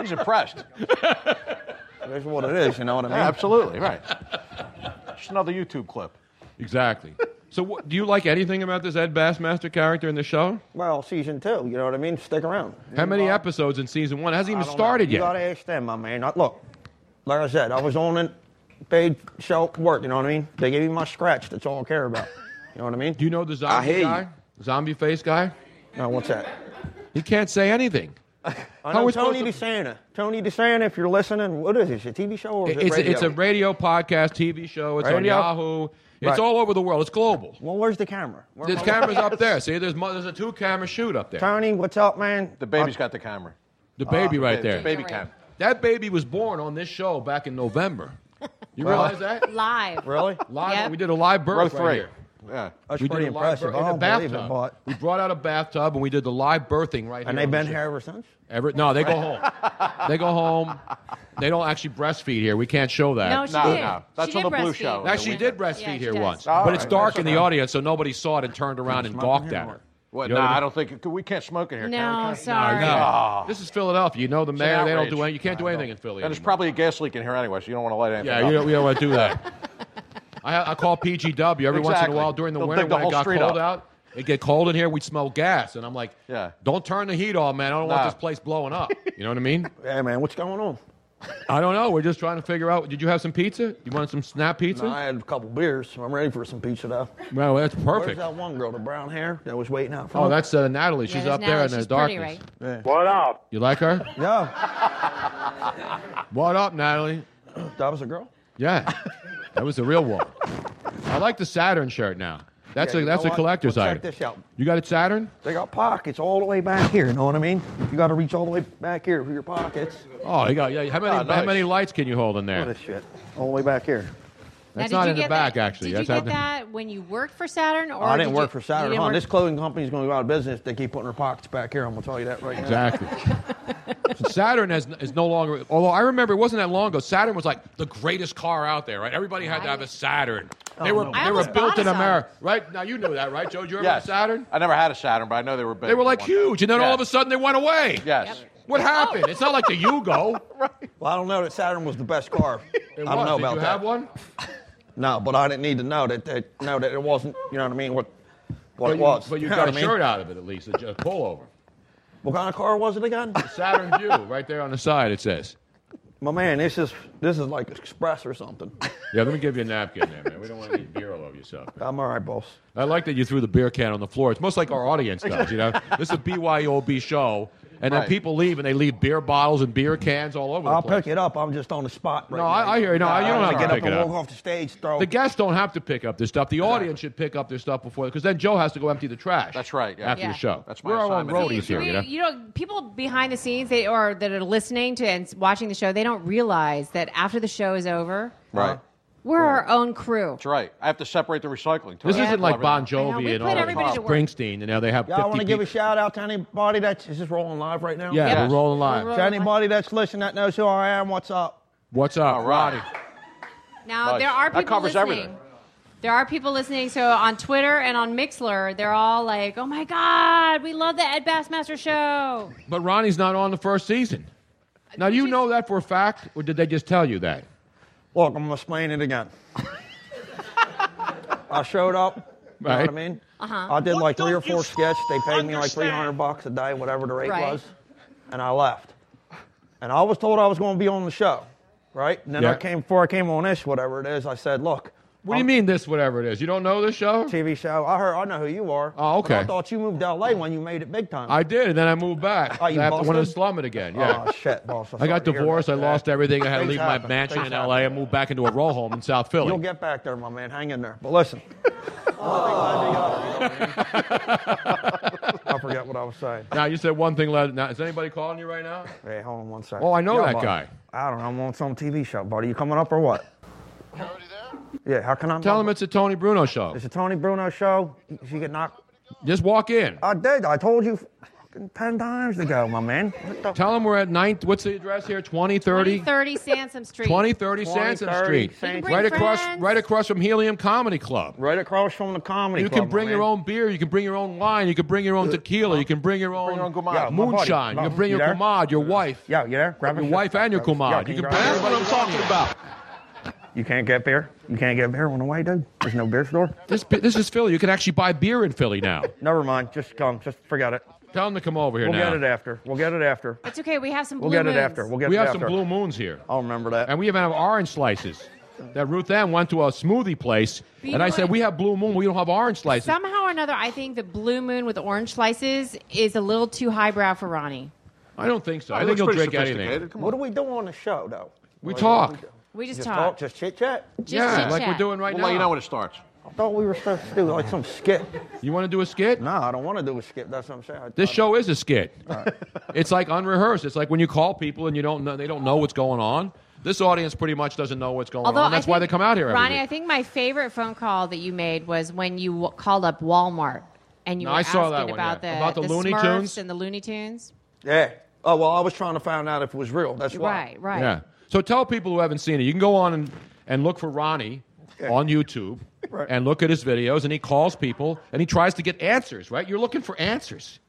S11: He's impressed.
S12: That's what it is. You know what I mean?
S11: Yeah, absolutely right. Just another YouTube clip.
S4: Exactly. so, what, do you like anything about this Ed Bassmaster character in the show?
S12: Well, season two. You know what I mean? Stick around.
S4: How many episodes in season one? It hasn't even started
S12: You
S4: yet.
S12: gotta ask them, my man. I- Look, like I said, I was on a paid show work. You know what I mean? They gave me my scratch. That's all I care about. You know what I mean? Do
S4: you know the zombie
S12: I hate
S4: guy? Zombie face guy?
S12: No, what's that?
S4: He can't say anything.
S12: I
S4: How
S12: know
S4: we
S12: Tony
S4: supposed
S12: DeSanta. Tony DeSanta, if you're listening, what is this? A TV show or Oh, is it
S4: It's,
S12: radio?
S4: it's a radio podcast, TV show. It's
S12: Radio?
S4: on Yahoo. It's
S12: Right.
S4: all over the world. It's global.
S12: Well, where's the camera? Where
S4: There's
S12: am I-
S4: cameras up there. See, there's mo- there's a two camera shoot up there.
S12: Tony, what's up, man?
S11: The baby's got the camera.
S4: The baby
S11: Uh,
S4: right
S11: the
S4: there.
S11: baby cam.
S4: That baby was born on this show back in November. You
S11: Well-
S4: realize that?
S10: Live.
S12: Really?
S4: Live.
S10: Yep.
S4: We did a live
S11: Row
S4: birth
S11: three.
S4: right here.
S11: Yeah.
S12: That's
S4: we
S12: pretty
S4: did a live
S12: impressive.
S4: birth-
S12: I
S4: in a
S12: don't believe it,
S4: bathtub.
S12: but-
S4: we brought out a bathtub and we did the live birthing right here.
S12: And they've
S4: on
S12: been
S4: the
S12: here
S4: show.
S12: ever since?
S4: Ever, no, they go home. they go home. They don't actually breastfeed here. We can't show that.
S10: No, she did. she did breastfeed.
S4: Actually, she did breastfeed
S10: Yeah, she
S4: here
S10: does.
S4: once,
S11: All
S4: but it's
S11: right,
S4: dark
S11: that's
S4: in the
S11: okay.
S4: audience, so nobody saw it and turned around and gawked at her.
S11: What?
S4: You
S11: No,
S4: know what I
S11: I
S4: mean?
S11: don't think we can't smoke in here.
S10: No,
S11: can we?
S10: sorry.
S4: No, This is Philadelphia. You know the
S11: It's an
S4: mayor. They don't
S11: outrage.
S4: do anything. You can't do anything in Philly.
S11: And there's probably a gas leak in here anyway, so you don't want to light anything.
S4: Yeah, you don't, we don't want to do that. I, I call PGW every once in a
S11: Exactly.
S4: while during the
S11: They'll
S4: winter
S11: dig the
S4: when it
S11: whole
S4: got
S11: street
S4: cold
S11: up.
S4: out. It get cold in here, we'd smell gas, and I'm like,
S11: Yeah.
S4: "Don't turn the heat on, man. I don't
S11: Nah.
S4: want this place blowing up." You know what I mean?
S12: Hey, man, what's going on?
S4: I don't know. We're just trying to figure out. Did you have some pizza? You wanted some snap pizza?
S12: No, I had a couple beers, so I'm ready for some pizza now.
S4: Well, that's
S12: Where's
S4: perfect.
S12: that one girl, the brown hair, that was waiting out front?
S4: Oh, that's uh, Natalie.
S12: Yeah,
S4: She's
S12: there's
S4: up there
S12: Natalie.
S4: in the
S12: She's pretty,
S4: darkness.
S12: What up?
S4: You like her?
S12: No.
S4: What up, Natalie?
S12: That was a girl?
S4: Yeah, that was the real one. I like the Saturn shirt now. That's
S12: Yeah,
S4: a
S12: you
S4: that's
S12: know
S4: a
S12: what?
S4: collector's
S12: Well, check
S4: item.
S12: this out.
S4: You got it, Saturn?
S12: They got pockets all the way back here, you know what I mean? You got to reach all the way back here for your pockets.
S4: Oh, you got yeah. How many
S12: Ah,
S4: how
S12: nice.
S4: many lights can you hold in there?
S12: What a shit. All the way back here.
S10: Now,
S4: That's
S10: did
S4: not
S10: you
S4: in the
S10: get
S4: back,
S10: that-
S4: actually.
S10: Did
S4: That's
S10: you
S4: out in
S10: get
S4: the-
S10: that when you worked for Saturn?
S4: Oh,
S10: Or
S12: I didn't
S10: did
S12: work
S10: you,
S12: for
S10: you
S12: Saturn.
S10: didn't
S12: Huh?
S10: work-
S12: This clothing company's going to go out of business. They keep putting their pockets back here. I'm going to tell you that right now.
S4: Exactly. So Saturn has, is no longer. Although I remember it wasn't that long ago. Saturn was like the greatest car out there, right? Everybody had to have a Saturn. They
S11: Oh,
S4: were
S11: no. I
S4: they were
S11: almost
S4: built
S11: bought
S4: in
S11: a Saturn.
S4: America, right? Now you know that, right, Joe? Did you ever have a
S11: Yes.
S4: Saturn?
S11: I never had a Saturn, but I know they were big.
S4: They were like
S11: One-
S4: huge, and then all
S11: Yeah.
S4: of a sudden they went away.
S11: Yes.
S4: What
S12: Oh.
S4: happened? It's not like the Yugo.
S12: Well, I don't know that Saturn was the best car. I don't
S4: was.
S12: know
S4: Did
S12: about
S4: you
S12: that.
S4: have one?
S12: No, but I didn't need to know that, that know that it wasn't, you know what I mean, what, what
S4: but
S12: it
S4: you,
S12: was.
S4: But you
S12: know
S4: got
S12: what
S4: a
S12: I mean?
S4: shirt out of it at least, a, a pullover.
S12: What kind of car was it again?
S4: Saturn View, right there on the side. It says.
S12: My man, this is this is like Express or something.
S4: Yeah, let me give you a napkin there, man. We don't want to get beer all over yourself.
S12: I'm all right, boss.
S4: I like that you threw the beer can on the floor. It's most like our audience does, you know. this is a BYOB show, and then
S12: Right.
S4: people leave and they leave beer bottles and beer cans all over
S12: I'll
S4: the place.
S12: pick it up. I'm just on the spot. Right
S4: No,
S12: now.
S4: I- I hear you. No, you don't
S12: I'm
S4: have to
S12: gonna
S4: pick
S12: get
S4: it
S12: up
S4: up.
S12: and walk off the stage. Throw.
S4: The guests don't have to pick up their stuff. The audience should pick up their stuff before, because then Joe has to go empty the trash. That's right.
S11: yeah.
S4: After
S10: Yeah.
S4: the show,
S11: That's my
S4: we're our own
S11: assignment.
S4: roadies here.
S10: We-
S4: You know?
S10: you know, people behind the scenes they, or that are listening to and s- watching the show, they don't realize that after the show is over,
S4: Uh-huh.
S11: Right.
S10: we're our own crew.
S11: That's right. I have to separate the recycling. Too.
S4: This
S11: I have
S4: isn't
S11: to
S4: like
S11: pull
S4: Bon
S11: everything.
S4: Jovi and all that Springsteen, and now they have
S12: Y'all want to
S4: fifty
S12: give
S4: people.
S12: a shout out to anybody that's is this rolling live right now?
S4: Yeah, Yep. we're rolling live. We're
S12: To
S4: rolling
S12: anybody that's listening that knows who I am, what's up?
S4: What's
S11: Oh,
S4: up, Roddy?
S10: Now
S12: Nice.
S10: there are
S12: That
S10: people
S12: covers
S10: listening.
S12: everything.
S10: There are people listening. So on Twitter and on Mixler, they're all like, "Oh my God, we love the Ed Bassmaster show."
S4: But Ronnie's not on the first season. Now you know that for a fact, or did they just tell you that?
S12: Look, I'm gonna explain it again. I showed up. You
S4: Right.
S12: know what I mean?
S10: Uh-huh.
S12: I did like three or four sketches. They paid me like 300 bucks a day, whatever the rate
S10: Right.
S12: was, and I left. And I was told I was going to be on the show, right? And then I
S4: Yeah.
S12: came before I came on this, whatever it is. I said, look.
S4: What do you mean this, whatever it is? You don't know this show?
S12: TV show. I heard. I know who you are.
S4: Oh,
S12: but I
S4: okay.
S12: thought you moved to LA when you made it big time.
S4: I did, and then I moved back.
S12: Oh, you
S4: I have to- wanted to
S12: busted?
S4: slum it again. Yeah.
S12: Oh, shit, boss. I'm
S4: I got
S12: sorry to hear
S4: divorced. I
S12: about
S4: lost
S12: that.
S4: everything. I had to
S12: Things
S4: leave
S12: happen.
S4: my mansion
S12: Things
S4: in L.A. and moved back into a row home in South Philly.
S12: You'll get back there, my man. Hang in there. But listen, I forgot what I was saying.
S4: Now you said one thing. Led, now is anybody calling you right now?
S12: Hey, hold on one second.
S4: Oh, I know
S12: Yo,
S4: that
S12: buddy.
S4: guy.
S12: I don't know. I'm on some TV show, buddy. You coming up or what? Yeah, how can I?
S4: Tell him it's a Tony Bruno show.
S12: It's a Tony Bruno show. She get knocked.
S4: Just walk in.
S12: I did. I told you fucking ten times ago, my man.
S4: Tell him we're at ninth. What's the address here? 2030?
S10: 30 Sansom Street.
S4: 2030 Sansom Street. Right across, right across from Helium Comedy Club.
S12: Right across from Uh, the Comedy
S4: you
S12: Club,
S4: can bring
S12: my
S4: your
S12: man.
S4: own beer. You can bring your own wine. You can bring your own tequila. You can bring your own,
S12: Yo, my buddy.
S4: moonshine. You
S12: Love,
S4: can bring
S12: you
S4: your
S12: there? Uh,
S4: kumad, your wife.
S12: Yeah, you there? Grab
S4: your
S12: a-
S4: wife and your
S12: Yo,
S4: kumad.
S12: can
S4: You can
S12: you
S4: bring
S12: grab-
S4: everybody. talking about.
S12: You can't get beer. You can't get beer on the way, dude. There's no beer store.
S4: This this is Philly. You can actually buy beer in Philly now.
S12: Never mind. Just come. Just forget it.
S4: Tell him to come over here
S12: we'll
S4: now.
S12: get it after. We'll get it after.
S10: That's okay. We have some blue
S12: We'll get it
S10: moons.
S12: after. We'll get
S4: we
S12: it
S4: have
S12: after.
S4: some blue moons here.
S12: I'll remember that.
S4: And we even have orange slices. That Ruth Ann went to a smoothie place,
S10: But you
S4: and I
S10: know
S4: said,
S10: what?
S4: "We have blue moon. We don't have orange slices."
S10: Somehow or another, I think the blue moon with the orange slices is a little too highbrow for Ronnie.
S4: I don't think so. I think he'll drink anything.
S12: What do we do on the show, though?
S4: We
S12: Like,
S4: talk.
S10: We just,
S12: just
S10: talk.
S12: talk. Just chit chat.
S10: Just Yeah, chit-chat. like we're doing
S4: right
S11: We'll let you
S4: now.
S11: know when it starts.
S12: I thought we were supposed to do like some skit.
S4: You want to do a skit?
S12: No, I don't want to do a skit. That's what I'm saying. I-
S4: This show is a skit. it's like unrehearsed. It's like when you call people and you don't know, they don't know what's going on. This audience pretty much doesn't know what's going on.
S10: I
S4: That's why they
S10: think-
S4: come out here. every
S10: Ronnie,
S4: week.
S10: I think my favorite phone call that you made was when you w- called up Walmart and you
S4: No,
S10: were
S4: I saw
S10: asking
S4: that one,
S10: about,
S4: yeah.
S10: the,
S4: About the Looney
S10: Smurfs
S4: Tunes?
S10: and the Looney Tunes.
S12: Yeah. Oh well, I was trying to find out if it was real. That's why.
S10: Right, right.
S4: Yeah. So tell people who haven't seen it. You can go on and, and look for Ronnie on YouTube
S12: Right.
S4: and look at his videos, and he calls people and he tries to get answers, right? You're looking for answers.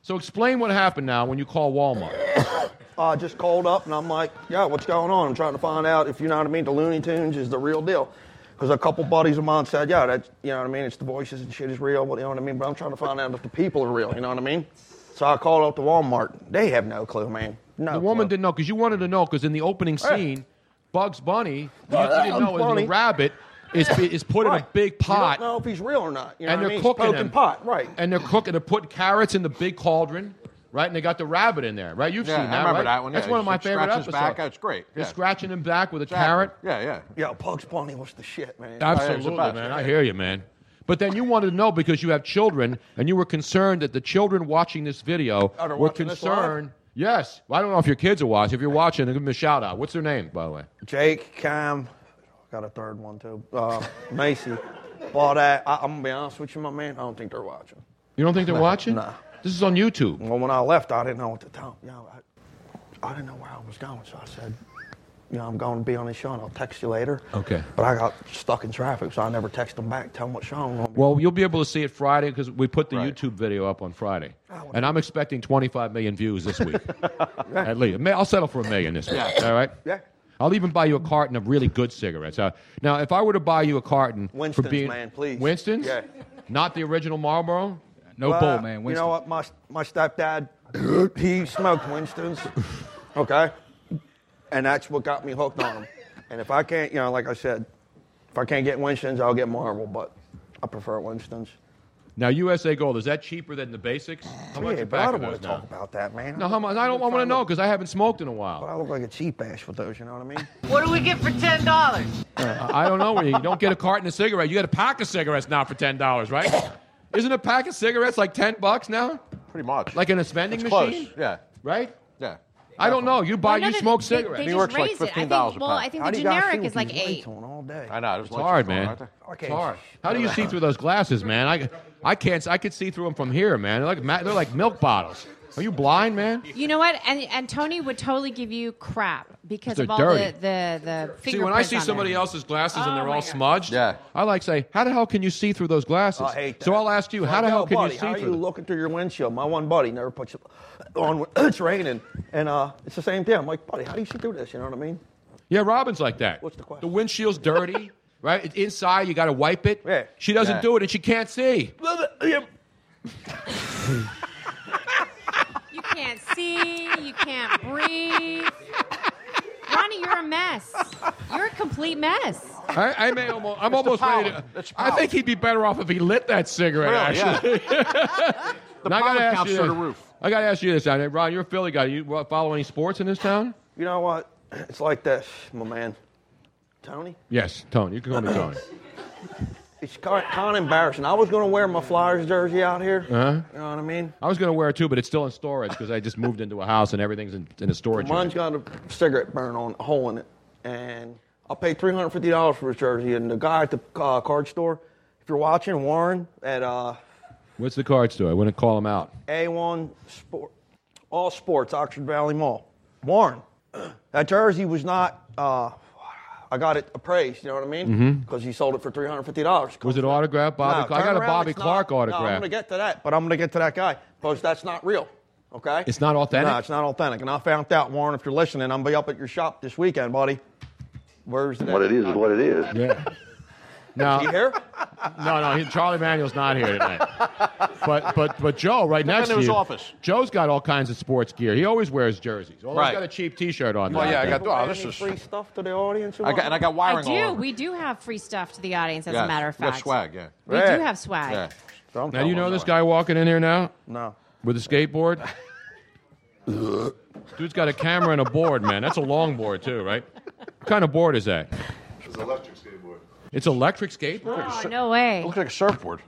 S4: So explain what happened now when you call Walmart.
S12: I just called up and I'm like, yeah, what's going on? I'm trying to find out if you know what I mean. The Looney Tunes is the real deal. Because a couple buddies of mine said, yeah, that you know what I mean. It's the voices and shit is real, but you know what I mean. But I'm trying to find out if the people are real. You know what I mean? So I called up to Walmart. They have no clue, man. No.
S4: the woman didn't know because you wanted to know because in the opening scene, Bugs Bunny, you
S12: Uh,
S4: didn't know is
S12: Bunny.
S4: the rabbit is, is put in a
S12: Right.
S4: big
S12: You
S4: pot.
S12: don't know if he's real or not. You know
S4: and
S12: what I
S4: they're
S12: mean? He's
S4: cooking
S12: poking
S4: them.
S12: pot, right?
S4: And they're cooking. They're putting carrots in the big cauldron, right? And they got the rabbit in there, right? You've
S11: Yeah,
S4: seen
S11: I
S4: that,
S11: remember
S4: right?
S11: that one,
S4: That's
S11: yeah.
S4: one of my
S11: It
S4: favorite
S11: scratches
S4: episodes.
S11: back, that's great,
S4: You're
S11: yeah.
S4: scratching him back with a
S11: Exactly.
S4: carrot.
S11: Yeah, yeah.
S12: Yo, Bugs Bunny was the shit, man.
S4: Absolutely,
S11: best,
S4: man.
S11: yeah.
S4: I hear you, man. But then you wanted to know because you have children, and you were concerned that the children watching this video
S12: Oh, they're
S4: were
S12: watching this
S4: concerned. Yes, well, I don't know if your kids are watching. If you're watching, give them a shout out. What's their name, by the way?
S12: Jake, Cam, got a third one too. Uh, Macy, but uh, I, I'm gonna be honest with you, my man. I don't think they're watching.
S4: You don't think they're
S12: No,
S4: watching?
S12: no.
S4: This is on YouTube.
S12: Well, when I left, I didn't know what to tell. You know, I, I didn't know where I was going, so I said, you know, I'm going to be on this show, and I'll text you later.
S4: Okay.
S12: But I got stuck in traffic, so I never text them back. Tell them what show I'm on.
S4: Well, you'll be able to see it Friday because we put the YouTube video up on Friday, and I'm expecting 25 million views this week. At least, May- I'll settle for a million this week.
S12: Yeah.
S4: All right.
S12: Yeah.
S4: I'll even buy you a carton of really good cigarettes. Uh, now, if I were to buy you a carton
S12: Winston's,
S4: for being
S12: man, please.
S4: Winston's,
S12: Yeah.
S4: not the original Marlboro,
S12: Well, You know what? My my stepdad, he smoked Winston's, okay, and that's what got me hooked on them. And if I can't, you know, like I said, if I can't get Winston's, I'll get Marvel, but I prefer Winston's.
S4: Now, USA Gold is that cheaper than the basics? How much
S12: Yeah,
S4: are
S12: but
S4: back
S12: I don't
S4: of
S12: want
S4: those
S12: to
S4: now?
S12: talk about that, man.
S4: No, how much? I don't. I want to know because I haven't smoked in a while.
S12: I look like a cheap ass with those. You know what I mean?
S16: What do we get for ten dollars?
S4: I I don't know. You don't get a carton of cigarettes. You get a pack of cigarettes now for ten dollars, right? Isn't a pack of cigarettes like ten bucks now?
S11: Pretty much.
S4: Like in a vending
S11: It's
S4: machine,
S11: close. Yeah.
S4: right?
S11: Yeah.
S4: I don't know. You buy,
S10: Well, no,
S4: you
S10: they-
S4: smoke
S10: they-
S4: cigarettes.
S10: they New just York's like raise it. I think- $15 a well, pound. I think the
S12: do you guys
S10: generic
S12: feel
S10: is
S12: with
S10: like
S12: these lights
S10: eight.
S12: on all day?
S11: I know.
S4: It's hard, man.
S11: Oh,
S12: Okay.
S4: It's hard. How do you see through those glasses, man? I, I can't. I could see through them from here, man. They're like ma- they're like milk bottles. Are you blind, man?
S10: You know what? And, and Tony would totally give you crap because
S4: They're
S10: of all
S4: dirty.
S10: the the the
S4: See, when I
S10: fingerprints
S4: see
S10: on
S4: somebody
S10: there.
S4: else's glasses and
S10: Oh
S4: they're
S10: my
S4: all
S10: God.
S4: smudged, yeah. I like say, how the hell can you see through those glasses?
S12: I hate that.
S4: So I'll ask you,
S12: It's
S4: how
S12: like,
S4: the hell
S12: "Yo,
S4: can
S12: buddy,
S4: you see
S12: How are
S4: through
S12: you
S4: them?
S12: looking through your windshield? My one buddy never puts it on. when It's raining, and uh, it's the same thing. I'm like, buddy, how do you see through this? You know what I mean?
S4: Yeah, Robin's like that. What's the question? The windshield's dirty, right? It's inside. You got to wipe it. Yeah. She doesn't
S12: Yeah.
S4: do it, and she can't see.
S10: You can't see. You can't breathe. Ronnie, you're a mess. You're a complete mess.
S4: I, I may almost, I'm
S10: It's the
S4: almost ready to.
S10: power. It's
S4: I think he'd be better off if he lit that cigarette.
S11: Really, yeah.
S4: actually.
S11: The
S4: Now, I
S11: power
S4: gotta ask
S11: counts
S4: you
S11: through
S4: this.
S11: the roof.
S4: I got to ask you this, I- Ron. You're a Philly guy. You uh, follow any sports in this town?
S12: You know what? It's like this, my man. Tony?
S4: Yes, Tony. You can call me Tony.
S12: It's kind of embarrassing. I was going to wear my Flyers jersey out here.
S4: Huh?
S12: You know what I mean?
S4: I was going to wear it too, but it's still in storage because I just moved into a house and everything's in, in a storage.
S12: Mine's got a cigarette burn on a hole in it, and I paid three hundred fifty dollars for his jersey. And the guy at the uh, card store, if you're watching, Warren at uh,
S4: What's the card store? I want to call them out.
S12: A1 Sport, All Sports, Oxford Valley Mall. Warren, that jersey was not. Uh, I got it appraised. You know what I mean?
S4: Mhm.
S12: Because he sold it for three hundred fifty dollars.
S4: Was it autographed? Bobby? I got a Bobby Clark
S12: No, I'm
S4: autograph.
S12: gonna get to that, but I'm gonna get to that guy because that's not real. Okay.
S4: It's not authentic?
S12: No, it's not authentic. And I found out, Warren, if you're listening, I'm gonna be up at your shop this weekend, buddy. Where's that?
S5: What it is is what it is.
S4: Yeah. Now,
S12: You here?
S4: no, no, he, Charlie Manuel's not here tonight. But but but Joe,
S11: The
S4: right
S11: man
S4: next
S11: in
S4: to
S11: his
S4: you,
S11: office.
S4: Joe's got all kinds of sports gear. He always wears jerseys. Always
S11: Right.
S4: got a cheap T-shirt on.
S11: Well,
S4: now.
S11: yeah, I got-
S12: People
S11: oh,
S12: pay
S11: this
S12: any
S11: is-
S12: free stuff to the audience.
S11: I got- and I got wiring
S10: I do.
S11: all over.
S10: We do have free stuff to the audience, as
S4: Yeah,
S10: a matter of
S4: we got
S10: fact.
S4: swag, yeah.
S10: We
S4: Yeah.
S10: do have swag.
S4: Now do you know this guy walking in here now?
S12: No.
S4: With a skateboard. Dude's got a camera and a board, man. That's a long board too, right? What kind of board is that?
S8: It's electric skateboard.
S4: It's electric skateboard.
S10: Oh, no way.
S4: Looks like a surfboard.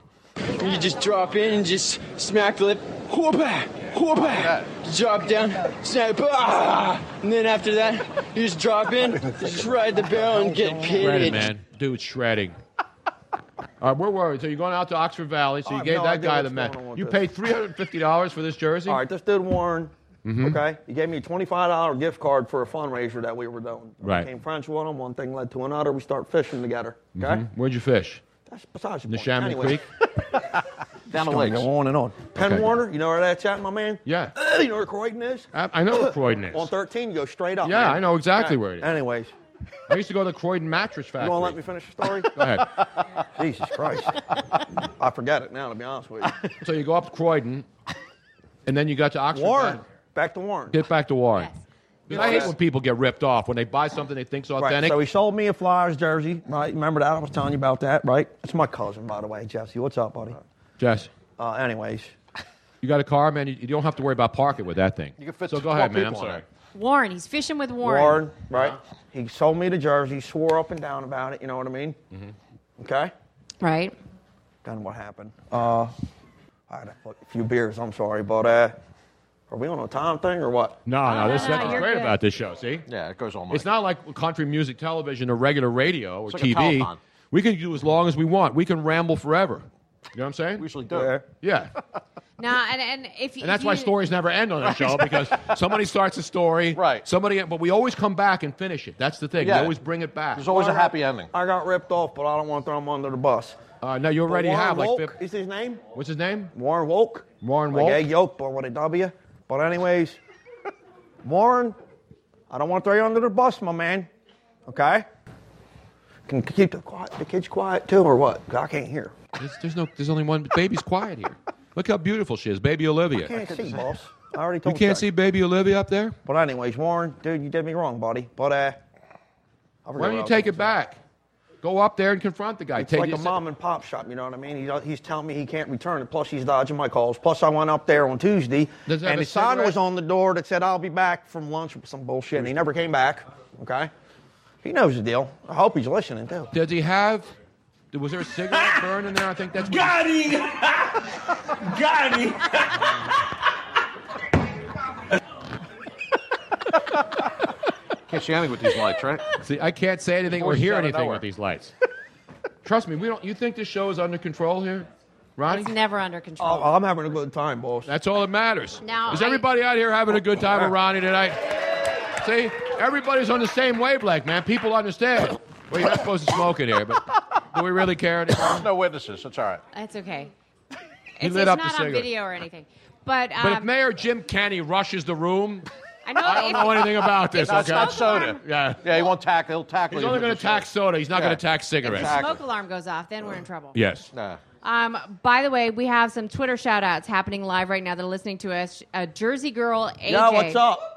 S17: You just drop in and just smack the lip. Whoopah! Whoopah! Drop down, snap. Ah! And then after that, you just drop in, just ride the barrel and get pitted.
S4: Shredded, man. Dude's shredding. All right, we're worried. So you're going out to Oxford Valley. So
S12: I
S4: you
S12: have
S4: gave
S12: no
S4: that
S12: idea
S4: guy the
S12: what's
S4: mess.
S12: going on with
S4: You
S12: this.
S4: paid three hundred fifty dollars for this jersey.
S12: All right, this dude Warren.
S4: Mm-hmm.
S12: Okay, he gave me a twenty-five dollar gift card for a fundraiser that we were doing.
S4: Right.
S12: Became friends with him. One thing led to another. We start fishing together. Okay.
S4: Mhm. Where'd you fish?
S12: That's besides the
S4: In the
S12: point.
S4: Shaman
S12: Anyway.
S4: Creek.
S12: Down
S4: the lakes.
S12: Go on and on. Penn
S4: Okay.
S12: Warner, you know where that's at, my man?
S4: Yeah.
S12: you know where Croydon is?
S4: I, I know where Croydon is.
S12: On 13, you go straight up.
S4: Yeah,
S12: man.
S4: I know exactly
S12: Right.
S4: where it is.
S12: Anyways,
S4: I used to go to the Croydon Mattress Factory.
S12: You want to let me finish the story?
S4: Go ahead.
S12: Jesus Christ. I forgot it now, to be honest with you.
S4: so you go up to Croydon, and then you got to Oxford.
S12: Warren.
S4: Valley.
S12: Back to Warren.
S4: Get back to Warren. 'Cause I hate
S12: Yes.
S4: when people get ripped off when they buy something they think's
S12: Right,
S4: authentic.
S12: so he sold me a Flyers jersey, right? Remember that? I was telling you about that, right? It's my cousin, by the way, Jesse. What's up, buddy?
S4: Jess,
S12: Uh, anyways,
S4: you got a car, man. You, you don't have to worry about parking with that thing. You can fit so go ahead, man. I'm sorry.
S10: Warren, he's fishing with Warren.
S12: Warren, right?
S4: Uh-huh.
S12: He sold me the jersey, swore up and down about it, you know what I mean?
S4: Mm-hmm.
S12: Okay?
S10: Right.
S12: Then what happened? Uh, I had a fu- few beers, I'm sorry, but uh, are we on a time thing or what?
S4: No, no, this
S12: no,
S4: that's
S12: you're
S4: what's great
S12: good.
S4: about this show. See?
S11: Yeah, it goes all
S4: It's not like country music television or regular radio or
S11: It's like a
S4: TV.
S11: telethon.
S4: we can do as long as we want. We can ramble forever. You know what I'm saying? We
S11: usually do.
S4: Yeah.
S10: No, and, and if
S4: And that's why stories never end on a show because somebody starts a story, right? Somebody, but we always come back and finish it. That's the thing.
S12: Yeah.
S4: We always bring it back.
S12: I got- I got ripped off, but I don't want to throw him under the bus.
S4: Uh, no, you
S12: But
S4: already
S12: Warren
S4: have like
S12: Wolk,
S4: fif-
S12: Is his name?
S4: What's his name?
S12: Warren Wolk.
S4: Warren
S12: like
S4: Wolk?
S12: Egg yolk, but with a W. But anyways, Warren, I don't want to throw you under the bus, my man. Okay? Can keep the, quiet, the kids quiet too, or what? 'Cause I can't hear.
S4: There's, there's no. There's only one. Baby's quiet here. Look how beautiful she is, baby Olivia.
S12: I can't see, boss. I already
S4: You
S12: told
S4: can't
S12: Jack.
S4: see baby Olivia up there.
S12: But anyways, Warren, dude, you did me wrong, buddy. But uh, I forgot
S4: Why don't
S12: what I
S4: you
S12: was
S4: take
S12: gonna
S4: it back? Go up there and confront the guy.
S12: It's
S4: Take
S12: like a
S4: yourself-
S12: mom and pop shop, you know what I mean? He's, he's telling me he can't return it. Plus, he's dodging my calls. Plus, I went up there on Tuesday,
S4: Does it have
S12: and
S4: a
S12: his sign
S4: cigarette?
S12: was on the door that said, I'll be back from lunch or some bullshit, and he never came back, okay? He knows the deal. I hope he's listening, too.
S4: Does he have? Was there a cigarette burn in there? I think that's. What
S11: Got him! Got him!
S4: Can't see anything with these lights, right? See, I can't say anything or
S11: Voices
S4: hear
S11: out of
S4: anything
S11: nowhere.
S4: with these lights. Trust me, we don't. You think this show is under control here, Ronnie?
S10: It's never under control.
S12: Oh, I'm having a good time, boss.
S4: That's all that matters.
S10: Now,
S4: is
S10: I-
S4: everybody out here having a good time with Ronnie tonight? See, everybody's on the same wavelength, man. People understand. Well, you're not supposed to smoke in here, but do we really care? There's no witnesses. It's all right.
S10: That's okay.
S4: He
S10: it's
S4: lit
S10: it's
S4: up the
S10: not on
S4: cigarette.
S10: video or anything. But, um,
S4: But if Mayor Jim Kenny rushes the room,
S10: I know.
S4: I don't
S10: if-
S4: know anything about this.
S10: if the
S4: okay?
S10: smoke alarm-
S4: Yeah, yeah. He won't tackle. He'll tackle. He's
S11: you
S4: only
S11: with
S4: going
S11: the
S4: to tax soda. He's not
S11: Yeah.
S4: going to tax
S10: If
S4: cigarettes.
S10: the smoke alarm goes off, then we're in trouble.
S4: Yes.
S10: Um, by the way, we have some Twitter shout outs happening live right now that are listening to us. Uh, Jersey girl AJ.
S4: Yeah, what's up?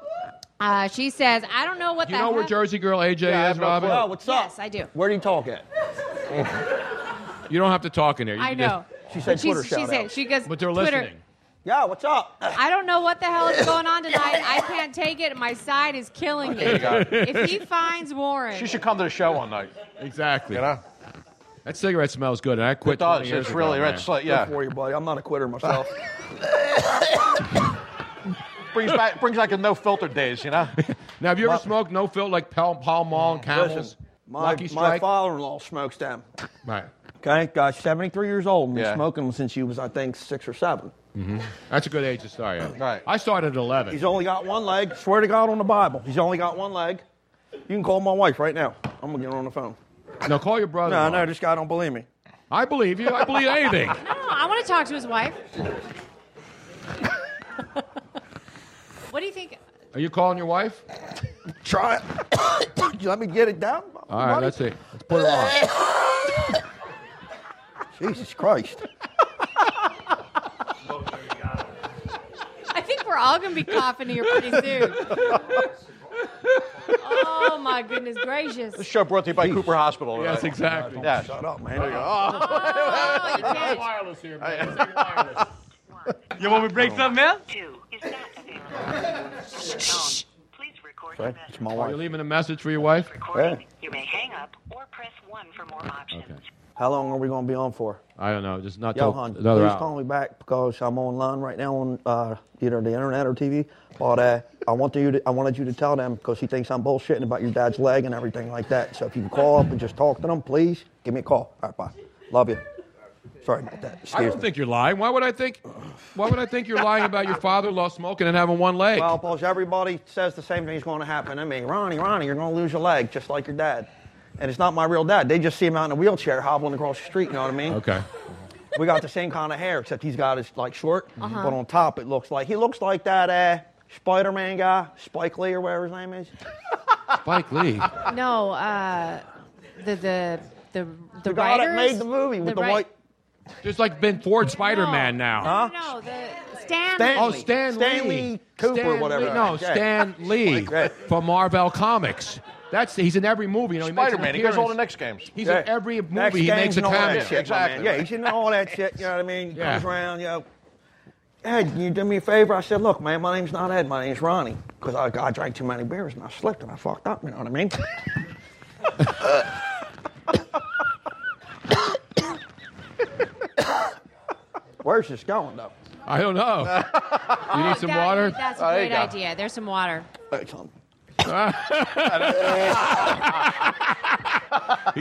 S10: Uh, she says, I don't know what
S4: You
S10: the
S4: know where
S10: heck-
S4: Jersey Girl AJ
S10: Yeah, I
S4: is,
S10: have no
S4: Robin?
S10: clue. Oh, what's up? Yes, I do.
S12: Where do you talk at?
S4: You don't have to talk in here. You
S10: I
S4: can
S10: know.
S4: just-
S10: But she's- she said- She goes,
S4: But they're
S10: Twitter,
S4: listening.
S12: Yeah, what's up?
S10: I don't know what the hell is going on tonight. I can't take it. My side is killing me.
S11: There you go.
S10: If he finds Warren,
S11: She should come to the show one night.
S4: Exactly.
S11: You know?
S4: That cigarette smells good, and I quit.
S12: It does.
S4: 20 years
S12: It's
S4: ago,
S12: really-
S4: man.
S12: it's like- yeah. Good for you, buddy. I'm not a quitter myself.
S18: brings back brings back the no filter days, you know.
S4: now, have you ever smoked no filter like Pall Pall Mall and Camels?
S12: Mm. Listen, my,
S4: Lucky
S12: my
S4: Strike.
S12: father-in-law smokes them.
S4: right.
S12: Okay, gosh, 73 years old and
S4: Yeah.
S12: been smoking them since he was, I think, six or seven.
S4: hmm That's a good age to start. At. Right. I started at eleven.
S12: He's only got one leg. Swear to God on the Bible, he's only got one leg. You can call my wife right now. I'm gonna get her on the phone.
S4: No, call your brother.
S12: No, no, this guy don't believe me.
S4: I believe you. I believe anything.
S10: No, I want to talk to his wife. what do you think?
S4: Are you calling your
S12: Uh,
S4: wife?
S12: Try it. Let me get it down.
S4: All right, let's see. Let's put it on.
S12: Jesus Christ.
S10: I think we're all going to be coughing here pretty soon. oh, my goodness gracious.
S18: This show brought to you by Cooper Hospital.
S4: Yes,
S18: tonight.
S4: exactly.
S18: Yeah.
S12: Shut up, man.
S18: There you go. Oh.
S10: Oh, you did.
S4: wireless here, man.
S11: You want me to break something else?
S12: Oh,
S4: Okay. Are you leaving a message for your wife?
S12: You may hang up or press one for more options. How long are we gonna be on for?
S4: I don't know. Just not till
S12: Johan, please
S4: another hour.
S12: call me back because I'm online right now on uh, either the internet or TV. But uh, I want you to, I wanted you to tell them because he thinks I'm bullshitting about your dad's leg and everything like that. So if you can call up and just talk to them, please give me a call. All right, bye. Love you. Sorry about that.
S4: I
S12: Excuse
S4: don't think you're lying. Why would I think? Why would I think you're lying about your father-in-law smoking and having one leg?
S12: Well, Paul, everybody says the same thing's going to happen to me. Ronnie, Ronnie, you're going to lose your leg just like your dad. And it's not my real dad. They just see him out in a wheelchair hobbling across the street. You know what I mean?
S4: Okay.
S12: We got the same kind of hair, except he's got his like short,
S10: Uh-huh.
S12: but on top it looks like he looks like that uh, Spider-Man guy, Spike Lee or whatever his name is.
S4: Spike Lee.
S10: No, uh, the, the, the, the,
S12: The guy that
S10: writers-
S12: made the movie with the
S10: wri-
S12: white-
S4: There's like been Ford Spider-Man now.
S10: No, no, the Stan.
S4: Oh, Stan,
S12: Stanley
S4: Lee.
S12: Cooper,
S4: Stan
S12: whatever.
S4: Lee- No,
S12: Yeah.
S4: Stan Lee from Marvel Comics. That's he's in every movie. You know, he makes an
S18: Spider-Man, he goes all the
S4: appearance.
S18: next games.
S4: He's
S12: Yeah.
S4: in every movie.
S12: Next
S4: he
S12: games
S4: makes a
S12: and all that
S4: cameo.
S12: shit, my man. Yeah, he's in all that shit. You know what I mean?
S4: Yeah.
S12: Comes around, you know. Ed, can you do me a favor? I said, look, man, my name's not Ed. My name's Ronnie. Because I, I drank too many beers and I slipped and I fucked up. You know what I mean? Where's this going, though?
S4: I don't know. you need some
S10: Oh, That-
S4: water?
S10: That's
S12: Oh,
S10: a great idea. There's some water.
S4: he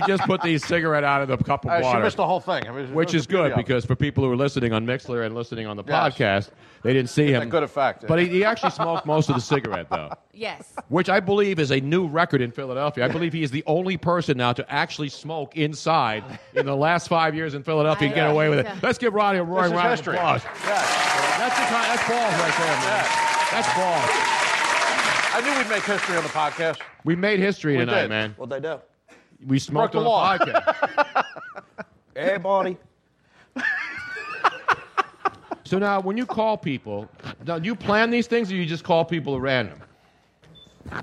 S4: just put the cigarette out of the cup of
S18: Uh,
S4: water.
S18: She missed the whole thing. I mean, it
S4: which
S18: was
S4: is
S18: the beauty
S4: good
S18: of it.
S4: because for people who are listening on Mixler and listening on the
S18: Yes.
S4: podcast, they didn't see
S18: It's a
S4: him.
S18: good effect, yeah.
S4: But he, he actually smoked most of the cigarette, though,
S10: Yes.
S4: which I believe is a new record in Philadelphia. I believe he is the only person now to actually smoke inside in the last five years in Philadelphia and get away with it.
S18: Yeah.
S4: Let's give Ronnie a
S18: This
S4: roaring
S18: is
S4: round
S18: history.
S4: of applause.
S18: Yeah.
S4: That's the kind. That's balls right there, man. That's balls.
S18: I knew we'd make history on the podcast.
S4: We made history
S18: We
S4: tonight,
S18: did.
S4: man.
S12: What'd they do?
S4: We smoked
S18: the
S4: on the
S18: law.
S4: podcast.
S12: Everybody.
S4: so now, when you call people, now do you plan these things, or you just call people at random?
S12: Oh,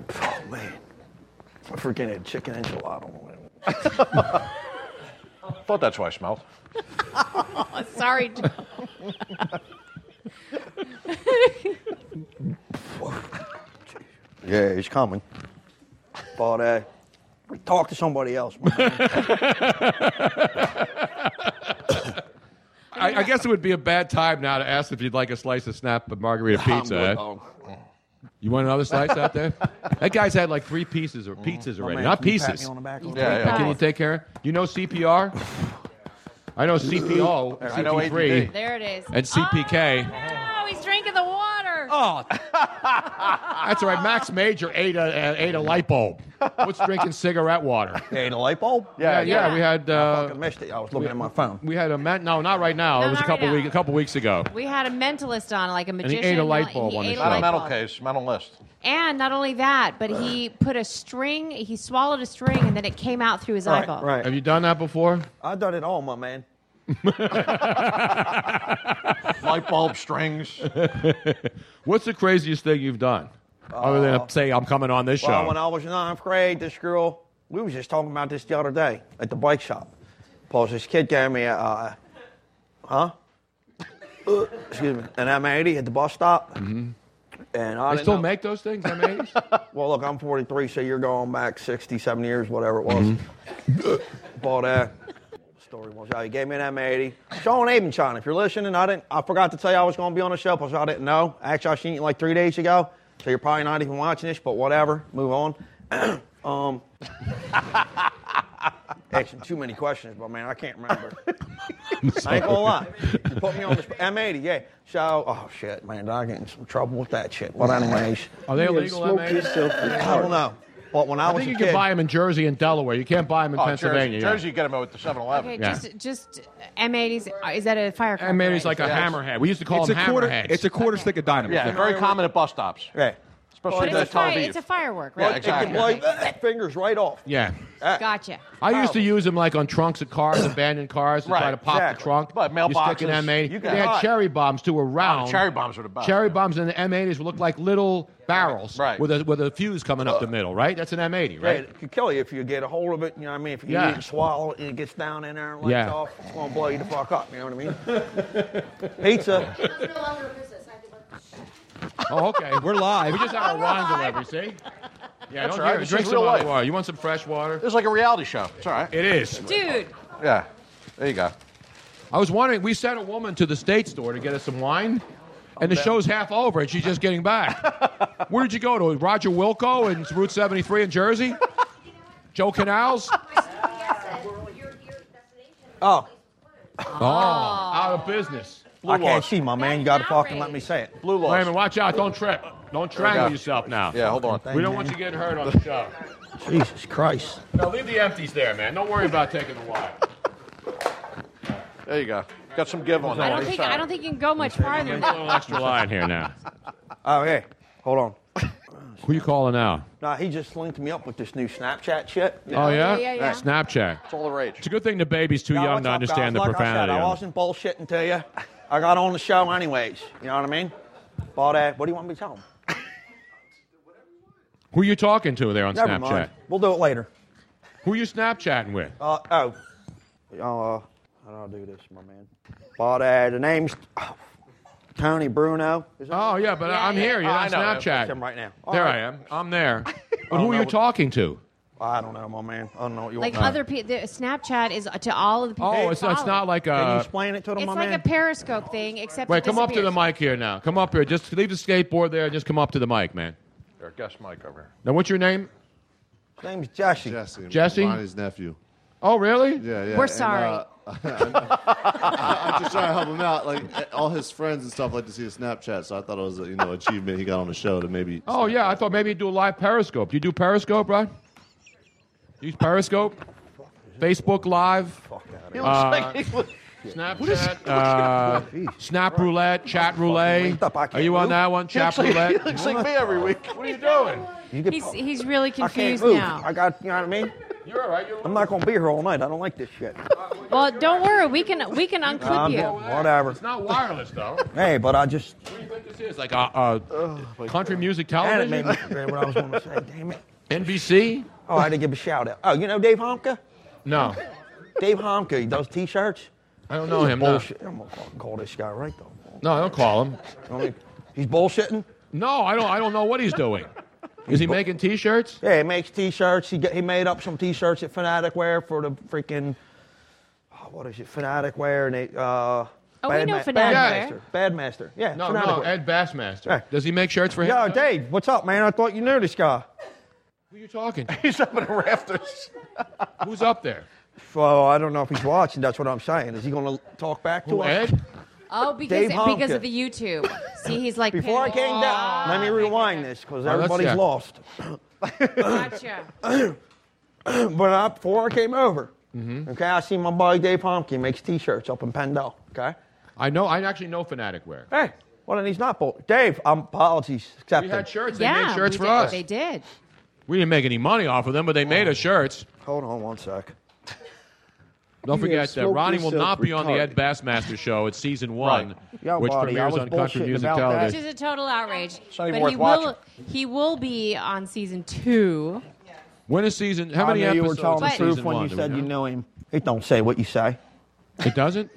S12: man. I freaking had chicken enchilada.
S18: Thought that's why I smelled.
S10: Oh, sorry. Joe.
S12: Yeah, he's coming. But uh, talk to somebody else. my man.
S4: I, I guess it would be a bad time now to ask if you'd like a slice of snap but margarita
S12: I'm
S4: pizza.
S12: good,
S4: eh?
S12: Tom.
S4: You want another slice out there? That guy's had like three pieces or pizzas
S12: My
S4: already,
S12: Mm. Oh, man,
S4: not
S12: can you pat
S4: pieces.
S12: me on the back a
S4: Can
S12: little Yeah, bit? yeah.
S4: you take care? You know CPR? I know CPO,
S18: I know
S4: CP3,
S10: There it is.
S4: and CPK.
S10: Oh, he's drinking the water.
S4: Oh, that's all right. Max Major ate a, uh, ate a light bulb. What's drinking cigarette water?
S12: Ate a light bulb?
S4: Yeah, yeah.
S12: Yeah, yeah.
S4: We had. Uh, I
S12: fucking missed it. I was looking at my phone.
S4: We had a man. No, not right now.
S10: No,
S4: it was a
S10: not
S4: couple
S10: right now.
S4: weeks. A couple weeks ago.
S10: We had a mentalist on, like a
S4: he
S10: magician.
S4: ate a light bulb
S10: He
S4: on
S10: ate
S4: his
S10: a
S4: show.
S18: Not a
S10: light
S18: mental
S10: bulb.
S18: case, mental list.
S10: And not only that, but he put a string. He swallowed a string, and then it came out through his eyeball.
S4: Have you done that before?
S12: I've done it all, my man.
S18: Light bulb strings.
S4: What's the craziest thing you've done? Other than say I'm coming on this
S12: Uh, Well,
S4: show.
S12: when I was in ninth grade, this girl, we was just talking about this the other day at the bike shop. Paul's this kid gave me a, uh, huh? Uh, excuse me, an M80 at the bus stop.
S4: Mhm.
S12: And I
S4: They
S12: didn't
S4: still
S12: know-
S4: make those things, M80s?
S12: well, look, I'm 43, so you're going back 60, 70 years, whatever it was. but uh, story was. Yeah, he gave me an M80. Sean Abenchon, if you're listening, I didn't. I forgot to tell you I was going to be on the show because I didn't know. Actually, I seen you like three days ago, so you're probably not even watching this. But whatever, move on. um, asking too many questions, but man, I can't remember. I ain't gonna lie. You put me on the M80, yeah. So, oh shit, man, did I get in some trouble with that shit. But anyways,
S4: Are they illegal,
S12: Smoke
S4: M80?
S12: yourself to- I don't know. But when I,
S4: I
S12: was
S4: think
S12: a
S4: you
S12: kid,
S4: can buy them in Jersey and Delaware. You can't buy them in
S18: Oh, Jersey-
S4: Pennsylvania.
S18: Jersey, you get them at the 7 Eleven.
S10: Okay, just just M80s. Is that a firecracker?
S4: M80's like a hammerhead. We used to call
S9: It's
S4: them
S9: a quarter-
S4: hammerheads.
S9: it's a quarter stick of dynamite.
S18: Yeah,
S9: Yeah.
S18: very common at bus stops.
S12: Right.
S10: But
S18: Especially
S10: it's,
S18: in
S10: a
S18: Tel
S10: fire,
S18: Aviv.
S10: it's a firework,
S12: Right,
S10: right?
S12: it can blow your fingers right off.
S4: Yeah.
S10: Gotcha.
S4: I used to use them like on trunks of cars, abandoned cars, to try
S18: Right,
S4: to pop
S18: exactly.
S4: the trunk.
S18: But
S4: You stick an
S18: mailboxes,
S4: M80.
S18: you
S4: they
S18: can
S4: had
S18: hide.
S4: cherry bombs too around.
S18: cherry bombs were the best,
S4: Cherry bombs and the M80s looked like little barrels
S18: Right.
S4: with a with a fuse coming up the middle. Right, that's an M80,
S12: Right.
S4: right?
S12: It could kill you if you get a hold of it. You know what I mean? If you
S4: Yeah.
S12: eat and swallow it and it gets down in there and lets
S4: Yeah.
S12: off, it's going to blow you the fuck up. You know what I mean? Pizza.
S4: Oh, okay. We're live. We just had a rendezvous, see? Yeah,
S18: That's
S4: don't
S18: right.
S4: give-
S18: It's
S4: drink
S18: just
S4: some
S18: real
S4: hot
S18: life.
S4: water. You want some fresh water?
S18: It's like a reality show. It's all right.
S4: It is.
S10: Dude,
S18: Yeah. There you go.
S4: I was wondering, we sent a woman to the state store to get us some wine, and the show's half over, and she's just getting back. Where did you go to? Roger Wilco and Route 73 in Jersey? Joe Canals?
S12: Oh.
S4: Oh, out of business.
S12: I can't see, my man. You got to fucking let me say it.
S18: Blue laws.
S4: Raymond, watch out. Don't trip. Don't
S18: go.
S4: strangle yourself now.
S18: Yeah, hold on.
S4: We don't want you getting hurt on the show.
S12: Jesus Christ.
S4: Now, leave the empties there, man. Don't worry about taking the wine.
S18: There you go. Got some give on
S10: I
S18: that.
S10: don't think I don't think you can go much farther. than
S4: There's a little extra line here now.
S12: Oh, hey. Hold on.
S4: Who you calling now?
S12: Nah, he just linked me up with this new Snapchat shit.
S4: Oh, yeah?
S12: Right.
S4: Snapchat.
S18: It's all the rage.
S4: It's a good thing the baby's too
S12: Now,
S4: young
S12: what's
S4: to
S12: up,
S4: understand
S12: guys?
S4: the
S12: like
S4: profanity.
S12: I, said, I
S4: of it.
S12: wasn't bullshitting to you. I got on the show anyways. You know what I mean? But uh, what do you want me to tell him?
S4: Who you talking to there on
S12: Never
S4: Snapchat?
S12: mind. We'll do it later.
S4: Who you Snapchatting with?
S12: Uh, oh. Uh, I don't do this, my man. But uh, the name's Tony Bruno.
S4: Oh yeah, but I'm here. You're
S12: Oh, I
S4: on
S12: know.
S4: Snapchat.
S12: It's him right now. All
S4: There
S12: right.
S4: I am. I'm there.
S12: I
S4: But who
S12: don't
S4: are
S12: know
S4: you
S12: what-
S4: talking to?
S12: I don't know, my man. I don't know what you
S10: like
S12: want.
S10: other people, Snapchat is to all of the people.
S4: Oh,
S10: who
S4: it's- it's
S10: follow.
S4: not like a-
S12: Can you explain it to them,
S10: It's
S12: my
S10: like a
S12: man?
S10: Periscope thing, except
S4: Wait,
S10: it
S4: come up to the
S10: disappears.
S4: mic here now. Come up here. Just leave the skateboard there. and Just come up to the mic, man.
S18: There, guest mic over here.
S4: Now, what's your name?
S12: His name's Jesse.
S19: Jesse.
S4: Jesse?
S19: Ronnie's nephew.
S4: Oh, really?
S19: Yeah, yeah.
S10: We're
S19: and,
S10: sorry.
S19: uh, I, am just trying to help him out. Like eh, all his friends and stuff like to see his Snapchat, so I thought it was a, you know achievement he got on the show to maybe.
S4: Oh yeah, I thought maybe you'd do a live Periscope. You do Periscope, right? Use Periscope, Facebook Live,
S12: He
S4: Uh,
S12: he was-
S4: Snapchat, uh, Snap Roulette, Chat Roulette. Are you on that one?
S12: He
S4: Chat
S12: looks like-
S4: Roulette.
S12: he looks like me every week.
S4: What are you doing?
S12: You could-
S10: He's, he's really
S12: I can't
S10: confused
S12: move.
S10: now.
S12: I got, you know what I mean?
S4: You're all right. You're
S12: I'm not going to be here all night. I don't like this shit.
S10: Well, don't worry. We can we can unclip
S12: I'm-
S10: you.
S12: whatever.
S4: It's not wireless though.
S12: Hey, but I just.
S4: This is like a, uh
S12: Oh
S4: country music
S12: And it
S4: television.
S12: made me forget what I was going to say. Damn it.
S4: NBC?
S12: Oh, I had to give a shout out. Oh, you know Dave Homka?
S4: No,
S12: Dave Homka, he does t shirts.
S4: I don't know him. No.
S12: Bullshit. I'm going to fucking call this guy right though.
S4: no, I don't call him.
S12: You know what I mean? He's bullshitting.
S4: No, I don't. I don't know what he's doing. Is he making T-shirts?
S12: Yeah, he makes T-shirts. He get, he made up some T-shirts at Fanatic Wear for the freaking oh, what is it? Fanatic Wear and they. Uh,
S10: Oh, we know Fanatic Wear.
S12: Badmaster. Badmaster. Yeah.
S4: No,
S12: Fanatic
S4: no.
S12: Wear.
S4: Ed Bassmaster.
S12: Yeah.
S4: Does he make shirts for him?
S12: Yo, Dave, what's up, man? I thought you knew this guy.
S4: Who are you talking? to?
S18: He's up in the rafters.
S4: Who's up there?
S12: Well, I don't know if he's watching. That's what I'm saying. Is he going to talk back to
S4: Who,
S12: us?
S4: Ed?
S10: Oh, because
S12: Dave Homka.
S10: because of the YouTube. See, he's like
S12: Before I came down, let me rewind this because
S4: let's
S12: everybody's
S4: check.
S12: lost.
S10: Gotcha.
S12: but I, before I came over,
S4: Mm-hmm.
S12: okay, I see my buddy Dave Homke makes T-shirts up in Pendel. Okay,
S4: I know. I actually know Fanatic Wear.
S12: hey, well then he's not bull. Dave, um, apologies accepted.
S4: We had shirts. They
S10: Yeah,
S4: made shirts
S10: we
S4: for
S10: did,
S4: us.
S10: They did.
S4: We didn't make any money off of them, but they made
S12: Oh.
S4: us shirts.
S12: Hold on one sec.
S4: Don't
S12: You have
S4: forget that
S12: smoked
S4: Ronnie will
S12: yourself
S4: not be on the
S12: retarded.
S4: Ed Bassmaster show. It's season one,
S12: Yo,
S4: which
S12: buddy, I
S4: premieres
S12: was
S4: on country
S12: bullshitting
S4: music
S12: about that.
S10: Which
S4: television.
S10: is a total outrage.
S18: not
S10: But
S18: even
S10: he
S18: worth watching.
S10: will he will be on season two.
S4: When is season? How
S12: I
S4: many
S12: knew you were
S4: episodes?
S12: telling
S4: is
S12: the
S10: But-
S4: season
S12: truth when
S4: one?
S12: you
S4: Do we
S12: said
S4: know?
S12: you knew him. It don't say what you say.
S4: It doesn't.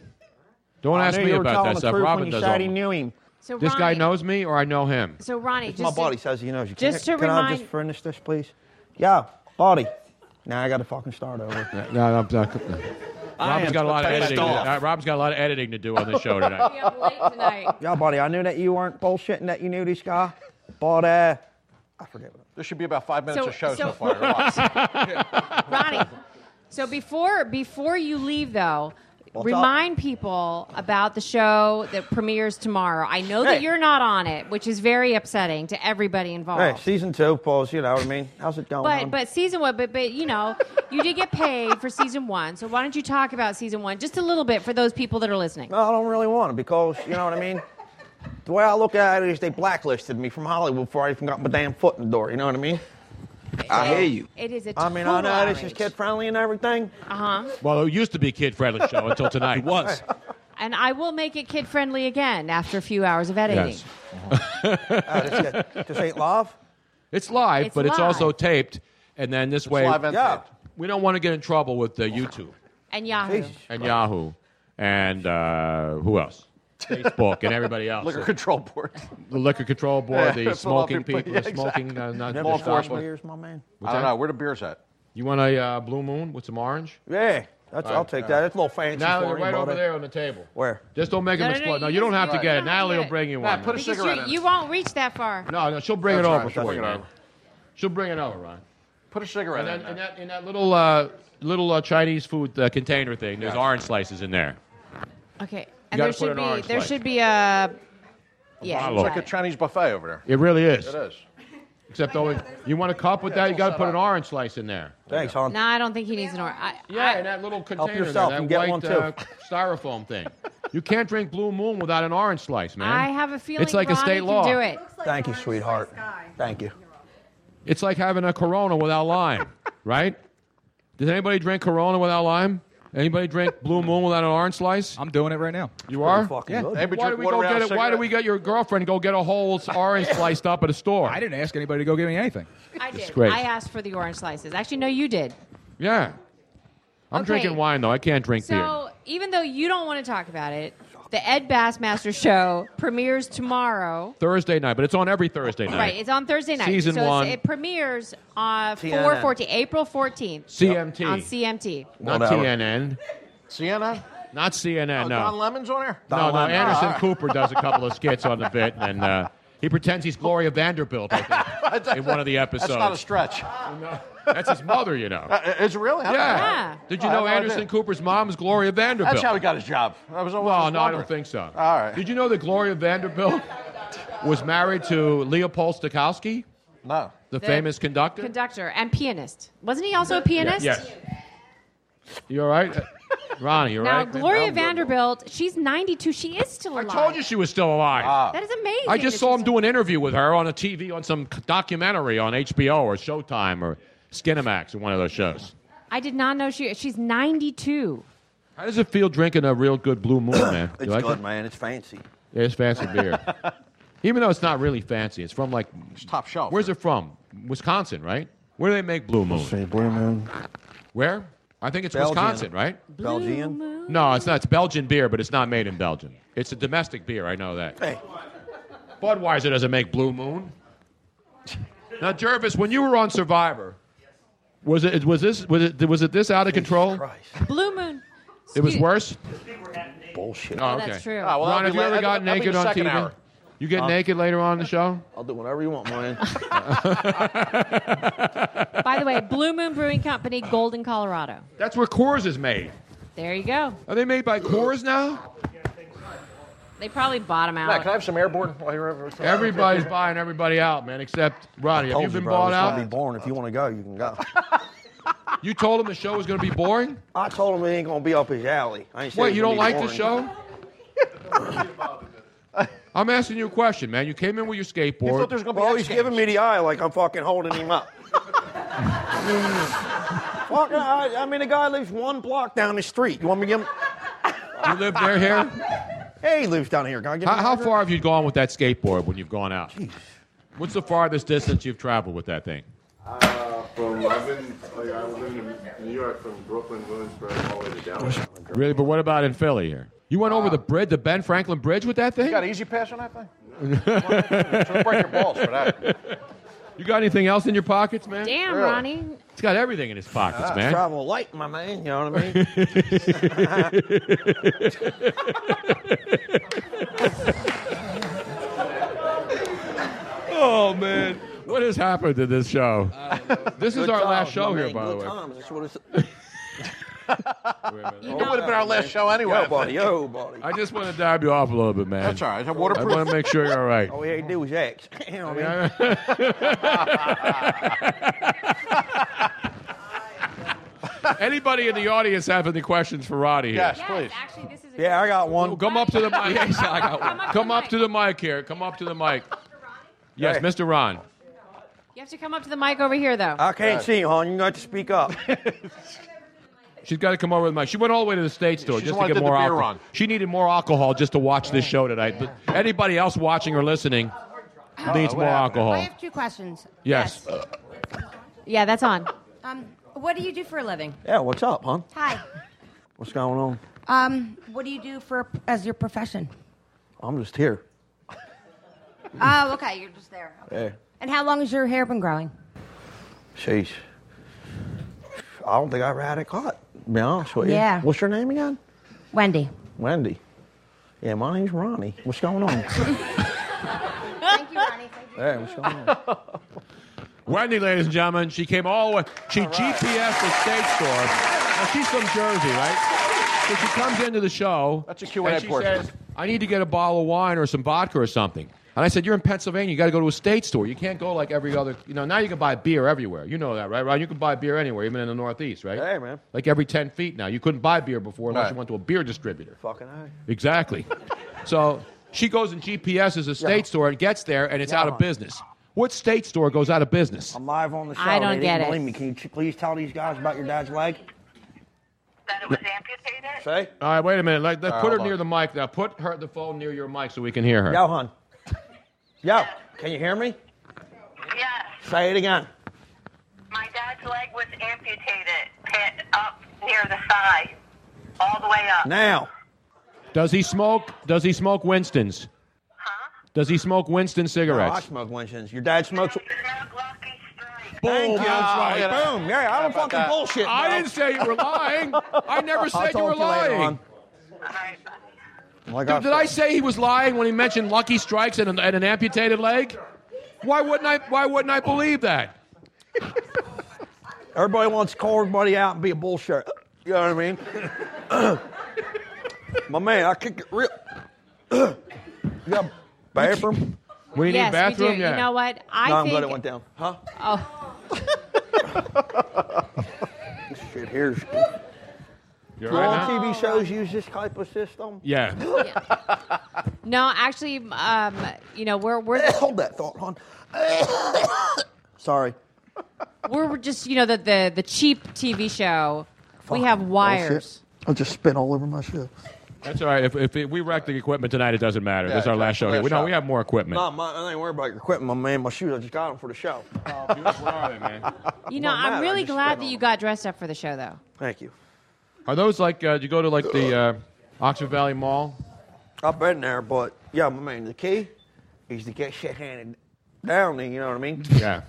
S4: Don't
S12: I
S4: ask
S12: knew
S4: me
S12: you were
S4: about
S12: telling
S4: that
S12: the
S4: stuff.
S12: truth
S4: Robin
S12: when you
S4: does
S12: said
S4: all.
S12: he knew him.
S10: So
S4: This guy
S10: Ronnie-
S4: knows me, or I know him.
S10: So Ronnie,
S12: my
S10: just
S12: buddy
S10: to,
S12: says he knows you.
S10: just
S12: can
S10: to
S12: can I
S10: remind-
S12: just finish this, please? Yeah, buddy. Now I got to fucking start over.
S4: No, no, no, no. Robin's got a lot of editing. To, uh, Robin's got a lot of editing to do on the show tonight.
S6: Yeah, buddy, I knew that you weren't bullshitting that you knew this guy, but uh, I forget. What
S18: There should be about five minutes
S10: So-
S18: of show so,
S10: so-
S18: far. Relax.
S10: Ronnie. So before before you leave though, remind people about the show that premieres tomorrow. I know that
S6: Hey.
S10: you're not on it, which is very upsetting to everybody involved.
S6: Hey, season two, Paul's. You know what I mean? How's it going?
S10: But
S6: hon?
S10: but season one, but but you know, you did get paid for season one. So why don't you talk about season one just a little bit for those people that are listening?
S6: No, "Oh, I don't really want to because, you know what I mean? the way I look at it is they blacklisted me from Hollywood before I even got my damn foot in the door. You know what I mean?
S10: I hear you. It is a
S6: I mean, I
S10: total
S6: know this is kid friendly and everything.
S10: Uh huh.
S4: Well, it used to be a kid friendly show until tonight. It was.
S10: And I will make it kid friendly again after a few hours of editing.
S4: Yes.
S6: This ain't live?
S4: It's live,
S10: Uh, It's
S4: but it's
S10: live.
S4: also taped. And then this way,
S10: live and Yeah.
S4: we don't want to get in trouble with uh, YouTube
S10: And Yahoo.
S4: and Yahoo and uh, who else? Facebook and everybody else.
S18: Liquor control board.
S4: The liquor control board,
S18: Yeah,
S4: the
S18: fill up
S4: smoking
S18: your-
S4: people,
S18: yeah,
S4: the smoking, uh,
S18: exactly.
S4: not
S18: Law enforcement.
S6: Beers, my man.
S18: I don't know. Where the beer's at?
S4: You want a uh, blue moon with some orange?
S6: Yeah, that's,
S4: All
S6: I'll
S4: right,
S6: take
S4: all
S6: that.
S4: right.
S6: It's a little fancy.
S4: Now
S6: for
S4: they're
S6: me,
S4: right
S6: but,
S4: over
S6: uh,
S4: there on the table.
S6: Where?
S4: Just don't make
S10: No,
S4: them
S10: no, no,
S4: explode. No,
S10: you
S4: you don't
S10: just-
S4: have to
S10: you
S4: get
S10: don't
S4: it.
S10: have to
S4: Natalie
S10: get
S4: will
S10: it.
S4: bring you
S10: Nah,
S4: one.
S10: Because you, you won't reach that far.
S4: No, no, she'll bring
S18: That's
S4: it
S18: right,
S4: over
S18: she'll
S4: for
S18: bring
S4: you.
S18: it over.
S4: She'll bring it over, Ron.
S18: Put a cigarette
S4: And
S18: in,
S4: then- and that, in that little uh, little uh, Chinese food uh, container thing, there's orange slices in there.
S10: Okay.
S4: You
S10: And
S4: gotta put
S10: there
S4: an
S10: should be
S4: orange
S10: there
S4: slice.
S10: should be a yeah.
S4: bottle.
S18: It's
S10: you
S18: like
S10: got
S18: a
S10: it.
S18: Chinese buffet over there.
S4: It really is.
S18: It is.
S4: Except always, you want a cup with
S18: Yeah,
S4: that?
S18: it's
S4: You got
S18: all
S4: to put
S18: set
S4: an orange slice in there.
S6: Thanks, hon.
S10: No, I don't think he needs an orange. I,
S4: Yeah, and that little container there,
S6: yourself
S4: that
S6: and get
S4: white
S6: one, too.
S4: Uh, styrofoam thing. You can't drink Blue Moon without an orange slice, man.
S10: I have a feeling
S4: it's like
S10: Ronnie
S4: a state
S10: can
S4: law.
S10: do it.
S6: Thank you, sweetheart. Thank you.
S4: It's like having a Corona without lime, right? Does anybody drink Corona without lime? Anybody drink Blue Moon without an orange slice? I'm doing it right now. You are?
S9: fucking Yeah. good.
S4: Why,
S9: Anybody
S4: do
S9: drink
S4: we
S9: water
S4: go
S9: without
S4: get
S9: a
S4: it? Why do
S9: cigarette?
S4: we get your girlfriend go get a whole s- orange sliced up at a store?
S9: I didn't ask anybody to go get me anything.
S10: I did.
S4: great.
S10: I asked for the orange slices. Actually, no, you did.
S4: Yeah. I'm
S10: Okay.
S4: drinking wine though. I can't drink beer.
S10: So even though you don't want to talk about it, the Ed Bassmaster show premieres tomorrow.
S4: Thursday night, but it's on every Thursday night.
S10: Right, it's on Thursday night.
S4: Season
S10: so it's-
S4: one.
S10: It premieres on
S4: CNN.
S10: 414, April 14th.
S4: CMT.
S10: On CMT.
S4: Not
S18: Whatever.
S4: TNN.
S18: CNN?
S4: Not CNN.
S18: Oh,
S4: no.
S18: Don Uh, Lemon's on there?
S4: no, no. Anderson Cooper does a couple of skits on the bit, and uh, he pretends he's Gloria Vanderbilt I think, in one of the episodes.
S18: That's not a stretch.
S4: That's his mother, you know.
S18: Uh, it's really? How-
S4: Yeah. Did you
S18: Oh, I
S4: know
S18: had no
S4: Anderson
S18: idea.
S4: Cooper's mom is Gloria Vanderbilt?
S18: That's how he got his job. I was always
S4: Well,
S18: was
S4: no, I
S18: wondering.
S4: don't think so.
S18: All right.
S4: Did you know that Gloria Vanderbilt was married to Leopold Stokowski,
S18: No.
S4: the, famous conductor?
S10: Conductor and pianist. Wasn't he also a pianist?
S4: Yes. You all right? Uh, Ronnie, you all
S10: Now,
S4: right?
S10: Gloria Vanderbilt, she's 92. She is still alive.
S4: I told you she was still alive.
S10: That is amazing.
S4: I just
S10: that
S4: saw him do an interview with her on a TV on some documentary on HBO or Showtime or Skinamax or one of those shows.
S10: she's- I did not know she. She's 92.
S4: How does it feel drinking a real good Blue Moon, man? You
S6: It's
S4: like
S6: good,
S4: it?
S6: man. It's fancy.
S4: Yeah, it's fancy beer. Even though it's not really fancy, it's from like
S18: top shelf.
S4: Where's it from? Wisconsin, right? Where do they make Blue Moon? Blue Moon. Where? I think it's
S6: Belgian.
S4: Wisconsin, right?
S6: Belgian?
S4: No, it's not. It's Belgian beer, but it's not made in Belgium. It's a domestic beer. I know that.
S6: Hey.
S4: Budweiser doesn't make Blue Moon. Now, Jervis, when you were on Survivor, was it was this was it was it this out of control?
S10: Blue Moon.
S4: It was
S10: Excuse-
S4: worse.
S6: Bullshit.
S4: Oh,
S10: Oh,
S4: okay.
S10: that's true.
S18: Ah, well,
S4: Ron,
S18: that'll
S4: have
S18: be
S4: you
S18: la-
S4: ever
S18: that'll-
S4: got
S18: that'll be
S4: naked
S18: the
S4: on
S18: second
S4: TV?
S18: hour.
S4: You get
S18: Huh?
S4: naked later on in the show?
S6: I'll do whatever you want, man.
S10: By the way, Blue Moon Brewing Company, Golden, Colorado.
S4: That's where Coors is made.
S10: There you go.
S4: Are they made by Coors now?
S10: They probably bought him
S18: Matt, can I
S10: out.
S18: have some airborne while you're over?
S4: Everybody's buying everybody out, man, except Ronnie. Have you been bought
S6: Be
S4: out?
S6: born. If you want to go, you can go.
S4: You told him the show was going to be boring?
S6: I told him it ain't gonna be up his alley. I ain't said
S4: What,
S6: it
S4: you
S6: gonna
S4: don't
S6: be
S4: like the
S6: boring.
S4: show? I'm asking you a question, man. You came in with your skateboard.
S6: You thought there was gonna be
S4: Oh,
S6: well, he's giving me the eye like I'm fucking holding him up. Fuck, I, I mean, the guy lives one block down the street. You want me to give him?
S4: You live there here?
S6: Hey, he lives down here. Can I give
S4: How,
S6: him a
S4: how
S6: hug?
S4: far have you gone with that skateboard when you've gone out? What's the farthest distance you've traveled with that thing?
S20: Uh, from I've been like I was living in New York from Brooklyn, Williamsburg, all the way to Dallas. Uh,
S4: Really? But what about in Philly here? You went over the bridge, the Ben Franklin Bridge, with that
S18: You
S4: thing?
S18: got an easy pass on that thing? Don't break your balls for that.
S4: You got anything else in your pockets, man?
S10: Damn, Really? Ronnie.
S4: He's got everything in his pockets,
S12: Ah,
S4: man.
S12: Travel light, my man. You know what I mean?
S4: oh man, what has happened to this show? This is
S12: Uh, Good
S4: our last
S12: times,
S4: show
S12: my
S4: here,
S12: man.
S4: by the
S12: Good
S4: way.
S12: times. That's what it's-
S18: it would have been our last show anyway.
S12: Yo, buddy. Yo, buddy.
S4: I just want to dab you off a little bit, man.
S12: That's all right. Is that
S4: I
S12: waterproof?
S4: want to make sure you're all right.
S12: All we had to do was act. You know what I mean?
S4: Anybody in the audience have any questions for Roddy? Here?
S12: Yes,
S10: please. Actually, this is.
S12: Yeah, I got one.
S4: Come up to the mic. Yes, I got one. Come up to the mic here. Come up to the mic. Yes, Mr. Ron.
S10: You have to come up to the mic over here, though.
S12: I can't see you, hon. You're going to have to speak up.
S4: She's got to come over with my. She went all the way to the states store
S12: She
S4: just to get
S12: wanted the
S4: more
S12: beer
S4: alcohol.
S12: run.
S4: She needed more alcohol just to watch this show tonight. But anybody else watching or listening needs
S21: what
S12: Oh,
S4: more
S21: happened?
S4: alcohol.
S21: I have two questions.
S4: Oh. yes.
S10: Yeah, that's on.
S21: Um, what do you do for a living?
S12: yeah, what's up, hon?
S21: Hi.
S12: What's going on?
S21: Um, what do you do for as your profession?
S12: I'm just here.
S21: Oh, okay, you're just there.
S12: Hey,
S21: And how long has your hair been growing?
S12: sheesh. I don't think I ever had it caught, to be honest with you.
S21: Yeah.
S12: What's your name again?
S21: Wendy.
S12: Wendy. Yeah, my name's Ronnie. What's going on?
S21: Thank you, Ronnie.
S12: hey, what's going on?
S4: Wendy, ladies and gentlemen, she came all the way. She GPS the state store. Now she's from Jersey, right? So she comes into the show. That's
S18: a Q&A
S4: and she
S18: portion.
S4: says, "I need to get a bottle of wine or some vodka or something." And I said, "You're in Pennsylvania. You got to go to a state store. You can't go like every other. You know, now you can buy beer everywhere. You know that, right, Ron? You can buy beer anywhere, even in the Northeast, right? Hey, man. Like every ten feet now, you couldn't buy beer before unless
S12: Right.
S4: you went to a beer distributor.
S12: Fucking I.
S4: Exactly. so she goes and GPS's a state store and gets there, and it's out of business. What state store goes out of business?
S12: I'm live on the show.
S4: I don't
S12: they didn't
S4: get it.
S12: Believe me. Can you ch- please tell these guys about your dad's leg? That it was amputated. Say.
S4: All right, wait a minute. Like,
S12: All right,
S4: put her
S12: hold on.
S4: near the mic now. Put her the phone near your mic so we can hear her.
S12: Yo, hon. Yo, can you hear me? Yeah. Say it again.
S22: My dad's leg was amputated, pit up near the thigh, all the way up.
S4: Now. Does he smoke? Does he smoke Winston's? Huh? Does he smoke Winston
S12: No, Oh, I
S4: cigarettes?
S12: smoke Winston's. Your dad smokes.
S4: Boom.
S12: That's right. Boom. Yeah, I don't fucking bullshit.
S4: I
S12: bro.
S4: didn't say you were lying. I never
S12: I'll
S4: said you
S12: talk
S4: were
S12: to you later
S4: lying.
S12: Like
S4: Dude,
S12: I
S4: did I say he was lying when he mentioned lucky strikes and an, and an amputated leg? Why wouldn't I? Why wouldn't I believe that?
S12: Everybody wants to call everybody out and be a bullshit. You know what I mean? My man, I kick it real. you got a bathroom?
S4: We
S10: yes, we do. You know what? I
S12: no, I'm
S10: think.
S12: glad it went down. Huh?
S10: Oh,
S12: This shit here's.
S4: You
S12: Do
S4: all
S12: all
S4: right now?
S12: TV shows use this type of system?
S4: Yeah.
S10: no, actually, um, you know, we're we're
S12: hold that thought, hon. Sorry.
S10: we're just you know the the, the cheap TV show. we have wires.
S12: I just spit all over my shit.
S4: That's all right. If, if it- we wreck the equipment tonight, it doesn't matter.
S12: Yeah,
S4: this is our
S12: yeah,
S4: last show here.
S12: last
S4: We, no,
S12: shot.
S4: we have more equipment.
S12: No, my, I ain't worried about your equipment, my man. My shoes, I just got them for the show.
S10: You know,
S12: Don't matter, I
S10: I'm really
S12: just
S10: glad
S12: spit
S10: that you got dressed up for the show, though.
S12: Thank you.
S4: Are those like, uh, you go to like the uh, Oxford Valley Mall?
S12: I've been there, but yeah, my man, the key is to get shit handed down to you, you know what I mean?
S4: Yeah.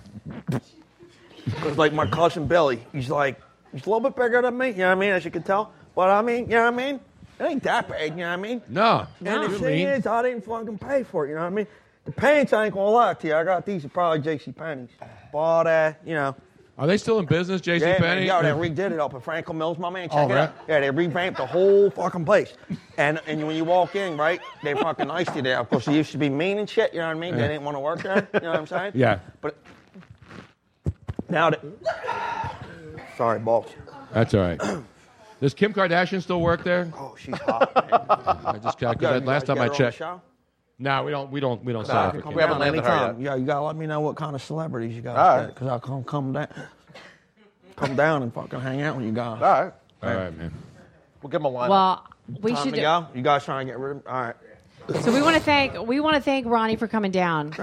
S12: Because like my cousin Billy, he's like, he's a little bit bigger than me, you know what I mean, as you can tell. But I mean, you know what I mean? It ain't that bad, you know what I mean?
S4: No.
S12: And the thing is, I didn't fucking pay for it, you know what I mean? The pants, I ain't gonna lie to you, I got these are probably JC Penney's. But, uh, you know.
S4: Are they still in business, J.C.
S12: Yeah,
S4: Penney?
S12: man, yo, they redid it up at Franklin Mills, my man. Check
S4: Oh,
S12: it out. Yeah, they revamped the whole fucking place. And and when you walk in, right, they fucking iced it out because it used to be mean and shit. You know what I mean? They
S4: Yeah.
S12: didn't want to work there. You know what I'm saying?
S4: Yeah.
S12: But now that sorry, boss.
S4: That's all right. Does Kim Kardashian still work there? Oh,
S12: she's hot.
S4: I just got
S12: Yo,
S4: because
S12: you
S4: last
S12: guys
S4: time
S12: got
S4: I
S12: her on the
S4: checked.
S12: show?
S4: No, we don't. We don't. We don't
S12: Nah,
S4: sign
S12: I
S4: up
S12: can
S4: for
S12: come
S4: Kim.
S12: down anytime. Yeah, you gotta let me know what kind of celebrities you got,
S4: All right.
S12: because I'll come come down, come down and fucking hang out with you guys.
S18: All right.
S4: All right, man.
S18: We'll give him a line.
S10: Well, we
S12: Time
S10: should.
S12: to go. You guys trying to get rid of? All right.
S10: So we want to thank we want to thank Ronnie for coming down.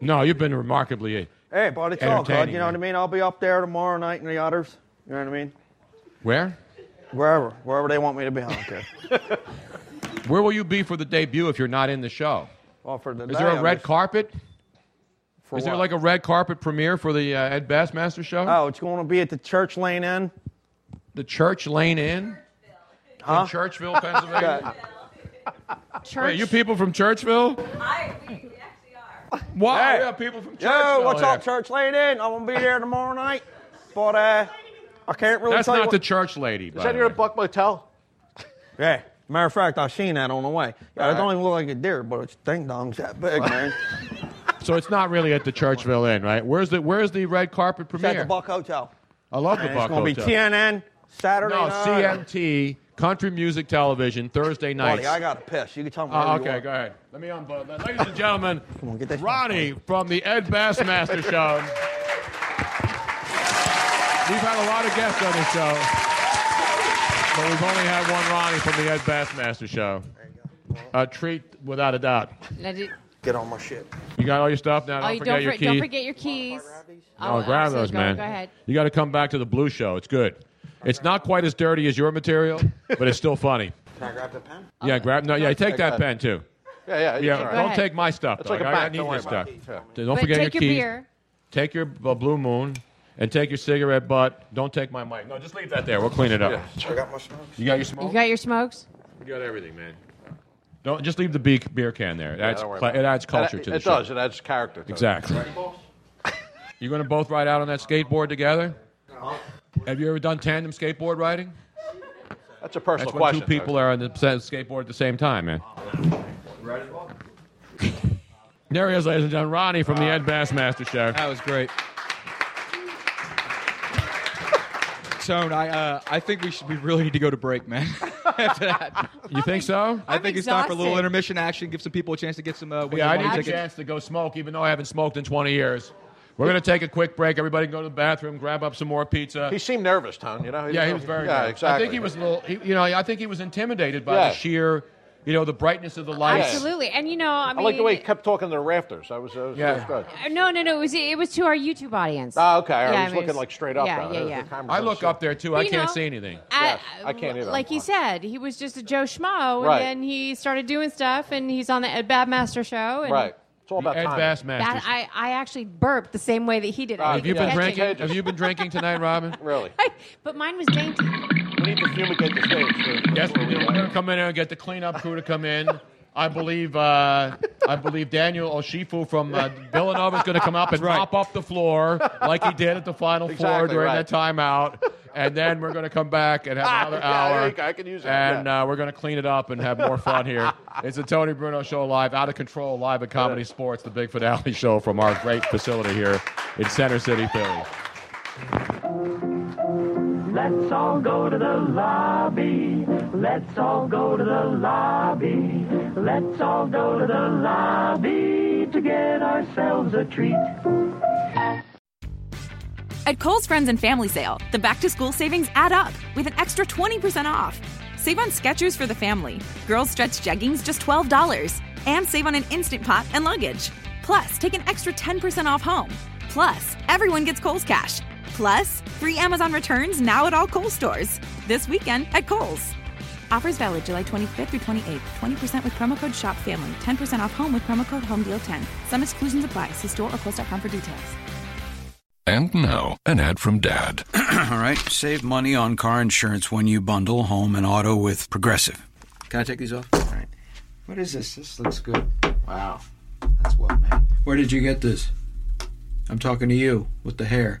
S4: No, you've been remarkably.
S12: Hey, but it's all good.
S4: Entertaining,
S12: You know what I mean? I'll be up there tomorrow night and the others. You know what I mean?
S4: Where?
S12: Wherever, wherever they want me to be. I don't care.
S4: Where will you be for the debut if you're not in the show?
S12: Well, for the
S4: Is there
S12: day,
S4: a red
S12: I'm
S4: carpet?
S12: For
S4: Is there
S12: what?
S4: like a red carpet premiere for the uh, Ed Bassmaster show?
S12: Oh, it's going to be at the Church Lane Inn.
S4: The Church Lane Inn?
S12: Huh?
S4: In Churchville, Pennsylvania?
S10: Church.
S4: Wait, you people from Churchville? Wow,
S12: Hey.
S4: we have people from
S12: Yo,
S4: Churchville
S12: what's
S4: here.
S12: up, Church Lane Inn? I'm going to be there tomorrow night. But uh, I can't really
S4: That's
S12: tell you
S4: not
S12: what-
S4: the church lady. by the way.
S12: Buck Motel? Yeah. Matter of fact, I seen that on the way. Yeah, it don't even look like a deer, but its ding dong's that big, man.
S4: So it's not really at the Churchville Inn, right? Where's the Where's the red carpet
S12: it's at
S4: premiere?
S12: the Buck Hotel.
S4: I love the
S12: And
S4: Buck
S12: It's gonna
S4: Hotel.
S12: be TNN Saturday
S4: No,
S12: night.
S4: CMT, Country Music Television, Thursday night.
S12: Buddy, I got a piss. You can tell me.
S4: Oh,
S12: whatever you
S4: okay,
S12: want.
S4: go ahead. Let me unbutton that. Ladies and gentlemen, Ronnie from the Ed Bassmaster Show. We've had a lot of guests on this show, but we've only had one Ronnie from the Ed Bassmaster Show. A treat, without a doubt.
S10: Let it-
S12: Get on my shit.
S4: You got all your stuff now.
S10: oh,
S4: Don't
S10: you
S4: forget
S10: don't,
S4: your
S10: for-
S4: key.
S10: don't forget your keys.
S4: Oh, grab those,
S10: absolutely. Go-
S4: man.
S10: Go ahead.
S4: You got to come back to the blue show. It's good. It's not quite as dirty as your material, but it's still funny.
S12: Can I grab the pen?
S4: Yeah, grab. No, yeah, take that pen too.
S18: Yeah, yeah, it's
S4: Yeah,
S18: all right.
S4: don't
S18: Go
S4: take my stuff.
S18: It's
S4: dog.
S18: like a
S4: I- I
S18: bank,
S4: need
S18: don't
S4: your
S18: worry
S4: stuff.
S18: about it.
S4: Don't forget your keys. Take your uh, blue moon. And take your cigarette butt. Don't take my mic. No, just leave that there. We'll clean it up.
S12: I got my smoke.
S4: You got your
S10: You
S4: smoke.
S10: got your smokes?
S4: We got everything, man. Don't just leave the be- beer can there. It adds,
S18: don't worry
S4: cla-
S18: about
S4: it adds culture
S18: it,
S4: to the
S18: it
S4: show.
S18: does. It adds character. To
S4: Exactly.
S18: It.
S4: You going to both ride out on that skateboard together?
S18: Uh-huh.
S4: Have you ever done tandem skateboard riding?
S18: That's a personal
S4: That's when
S18: question.
S4: two people are on the sa- skateboard at the same time, man. There he is, ladies and gentlemen. Ronnie from the Ed Bassmaster Show. That was great.
S9: So I, uh, I think we should, we really need to go to break, man. After that,
S4: you think so?
S9: I
S4: I'm
S9: think it's time for a little
S4: exhausted.
S9: intermission action. Give some people a chance to get some. Uh,
S4: Yeah, I
S9: wings and
S4: need a
S9: tickets.
S4: chance to go smoke, even though I haven't smoked in 20 years. We're going to take a quick break. Everybody can go to the bathroom, grab up some more pizza.
S18: He seemed nervous, Tone. You know.
S4: yeah,
S18: didn't
S4: he
S18: know-
S4: was very.
S18: Yeah,
S4: nervous.
S18: exactly.
S4: I think he was a little. He, you know, I think he was intimidated by
S18: Yeah.
S4: the sheer, you know, the brightness of the lights.
S10: Absolutely. And you know, I
S18: I,
S10: mean,
S18: like the way he kept talking to the rafters. I was, I was,
S4: Yeah.
S18: yeah. was good.
S10: Uh, No, no, no. It was it was to our YouTube audience.
S18: Oh, okay. I
S10: Yeah,
S18: was
S10: mean,
S18: looking
S10: it's-
S18: like straight up.
S10: Yeah,
S18: though.
S10: yeah,
S18: The
S10: yeah.
S18: cameras
S4: I
S18: and
S4: look
S18: shit.
S4: up there too.
S10: But,
S4: I
S10: you
S4: can't
S10: know,
S4: see anything.
S10: I,
S18: I can't either.
S10: Like he said, he was just a Joe Schmo, and
S4: Right.
S10: then he started doing stuff, and he's on the Ed Badmaster show. And
S18: Right. It's all about
S4: Ed
S18: time.
S4: Bassmaster.
S10: That I, I actually burped the same way that he did. I
S4: Uh, have you
S10: didn't
S4: been
S10: catch it.
S4: drinking? Have you been drinking tonight, Robin?
S18: really?
S10: But mine was dainty.
S18: We need to fumigate the stage.
S4: Yes, we do. We're going to come in here and get the cleanup crew to come in. I believe uh, I believe Daniel Oshifu from uh, Villanova is going to come up and mop up the floor like he did at the Final Four
S18: Exactly
S4: during
S18: right. Ah,
S4: that timeout. And then we're going to come back and have another
S18: yeah, there
S4: hour.
S18: you go. I can use it,
S4: And uh, we're going to clean it up and have more fun here. It's the Tony Bruno Show live, out of control, live at Comedy Sports, the big finale show from our great facility here in Center City, Philly.
S1: Let's all go to the lobby. Let's all go to the lobby. Let's all go to the lobby to get ourselves a treat.
S7: At Kohl's Friends and Family Sale, the back to school savings add up with an extra 20% off. Save on Skechers for the family, girls stretch jeggings just $12, and save on an Instant Pot and luggage. Plus, take an extra 10% off home. Plus, everyone gets Kohl's cash. Plus, free Amazon returns now at all Kohl's stores. This weekend at Kohl's. Offers valid July 25th through 28th. 20% with promo code SHOPFAMILY. 10% off home with promo code HOMEDEAL10. Some exclusions apply. See store or kohls.com for details.
S23: And now, an ad from Dad.
S24: All right, save money on car insurance when you bundle home and auto with Progressive. Can I take these off? All right. What is this? This looks good. Wow. That's well made. Where did you get this? I'm talking to you with the hair.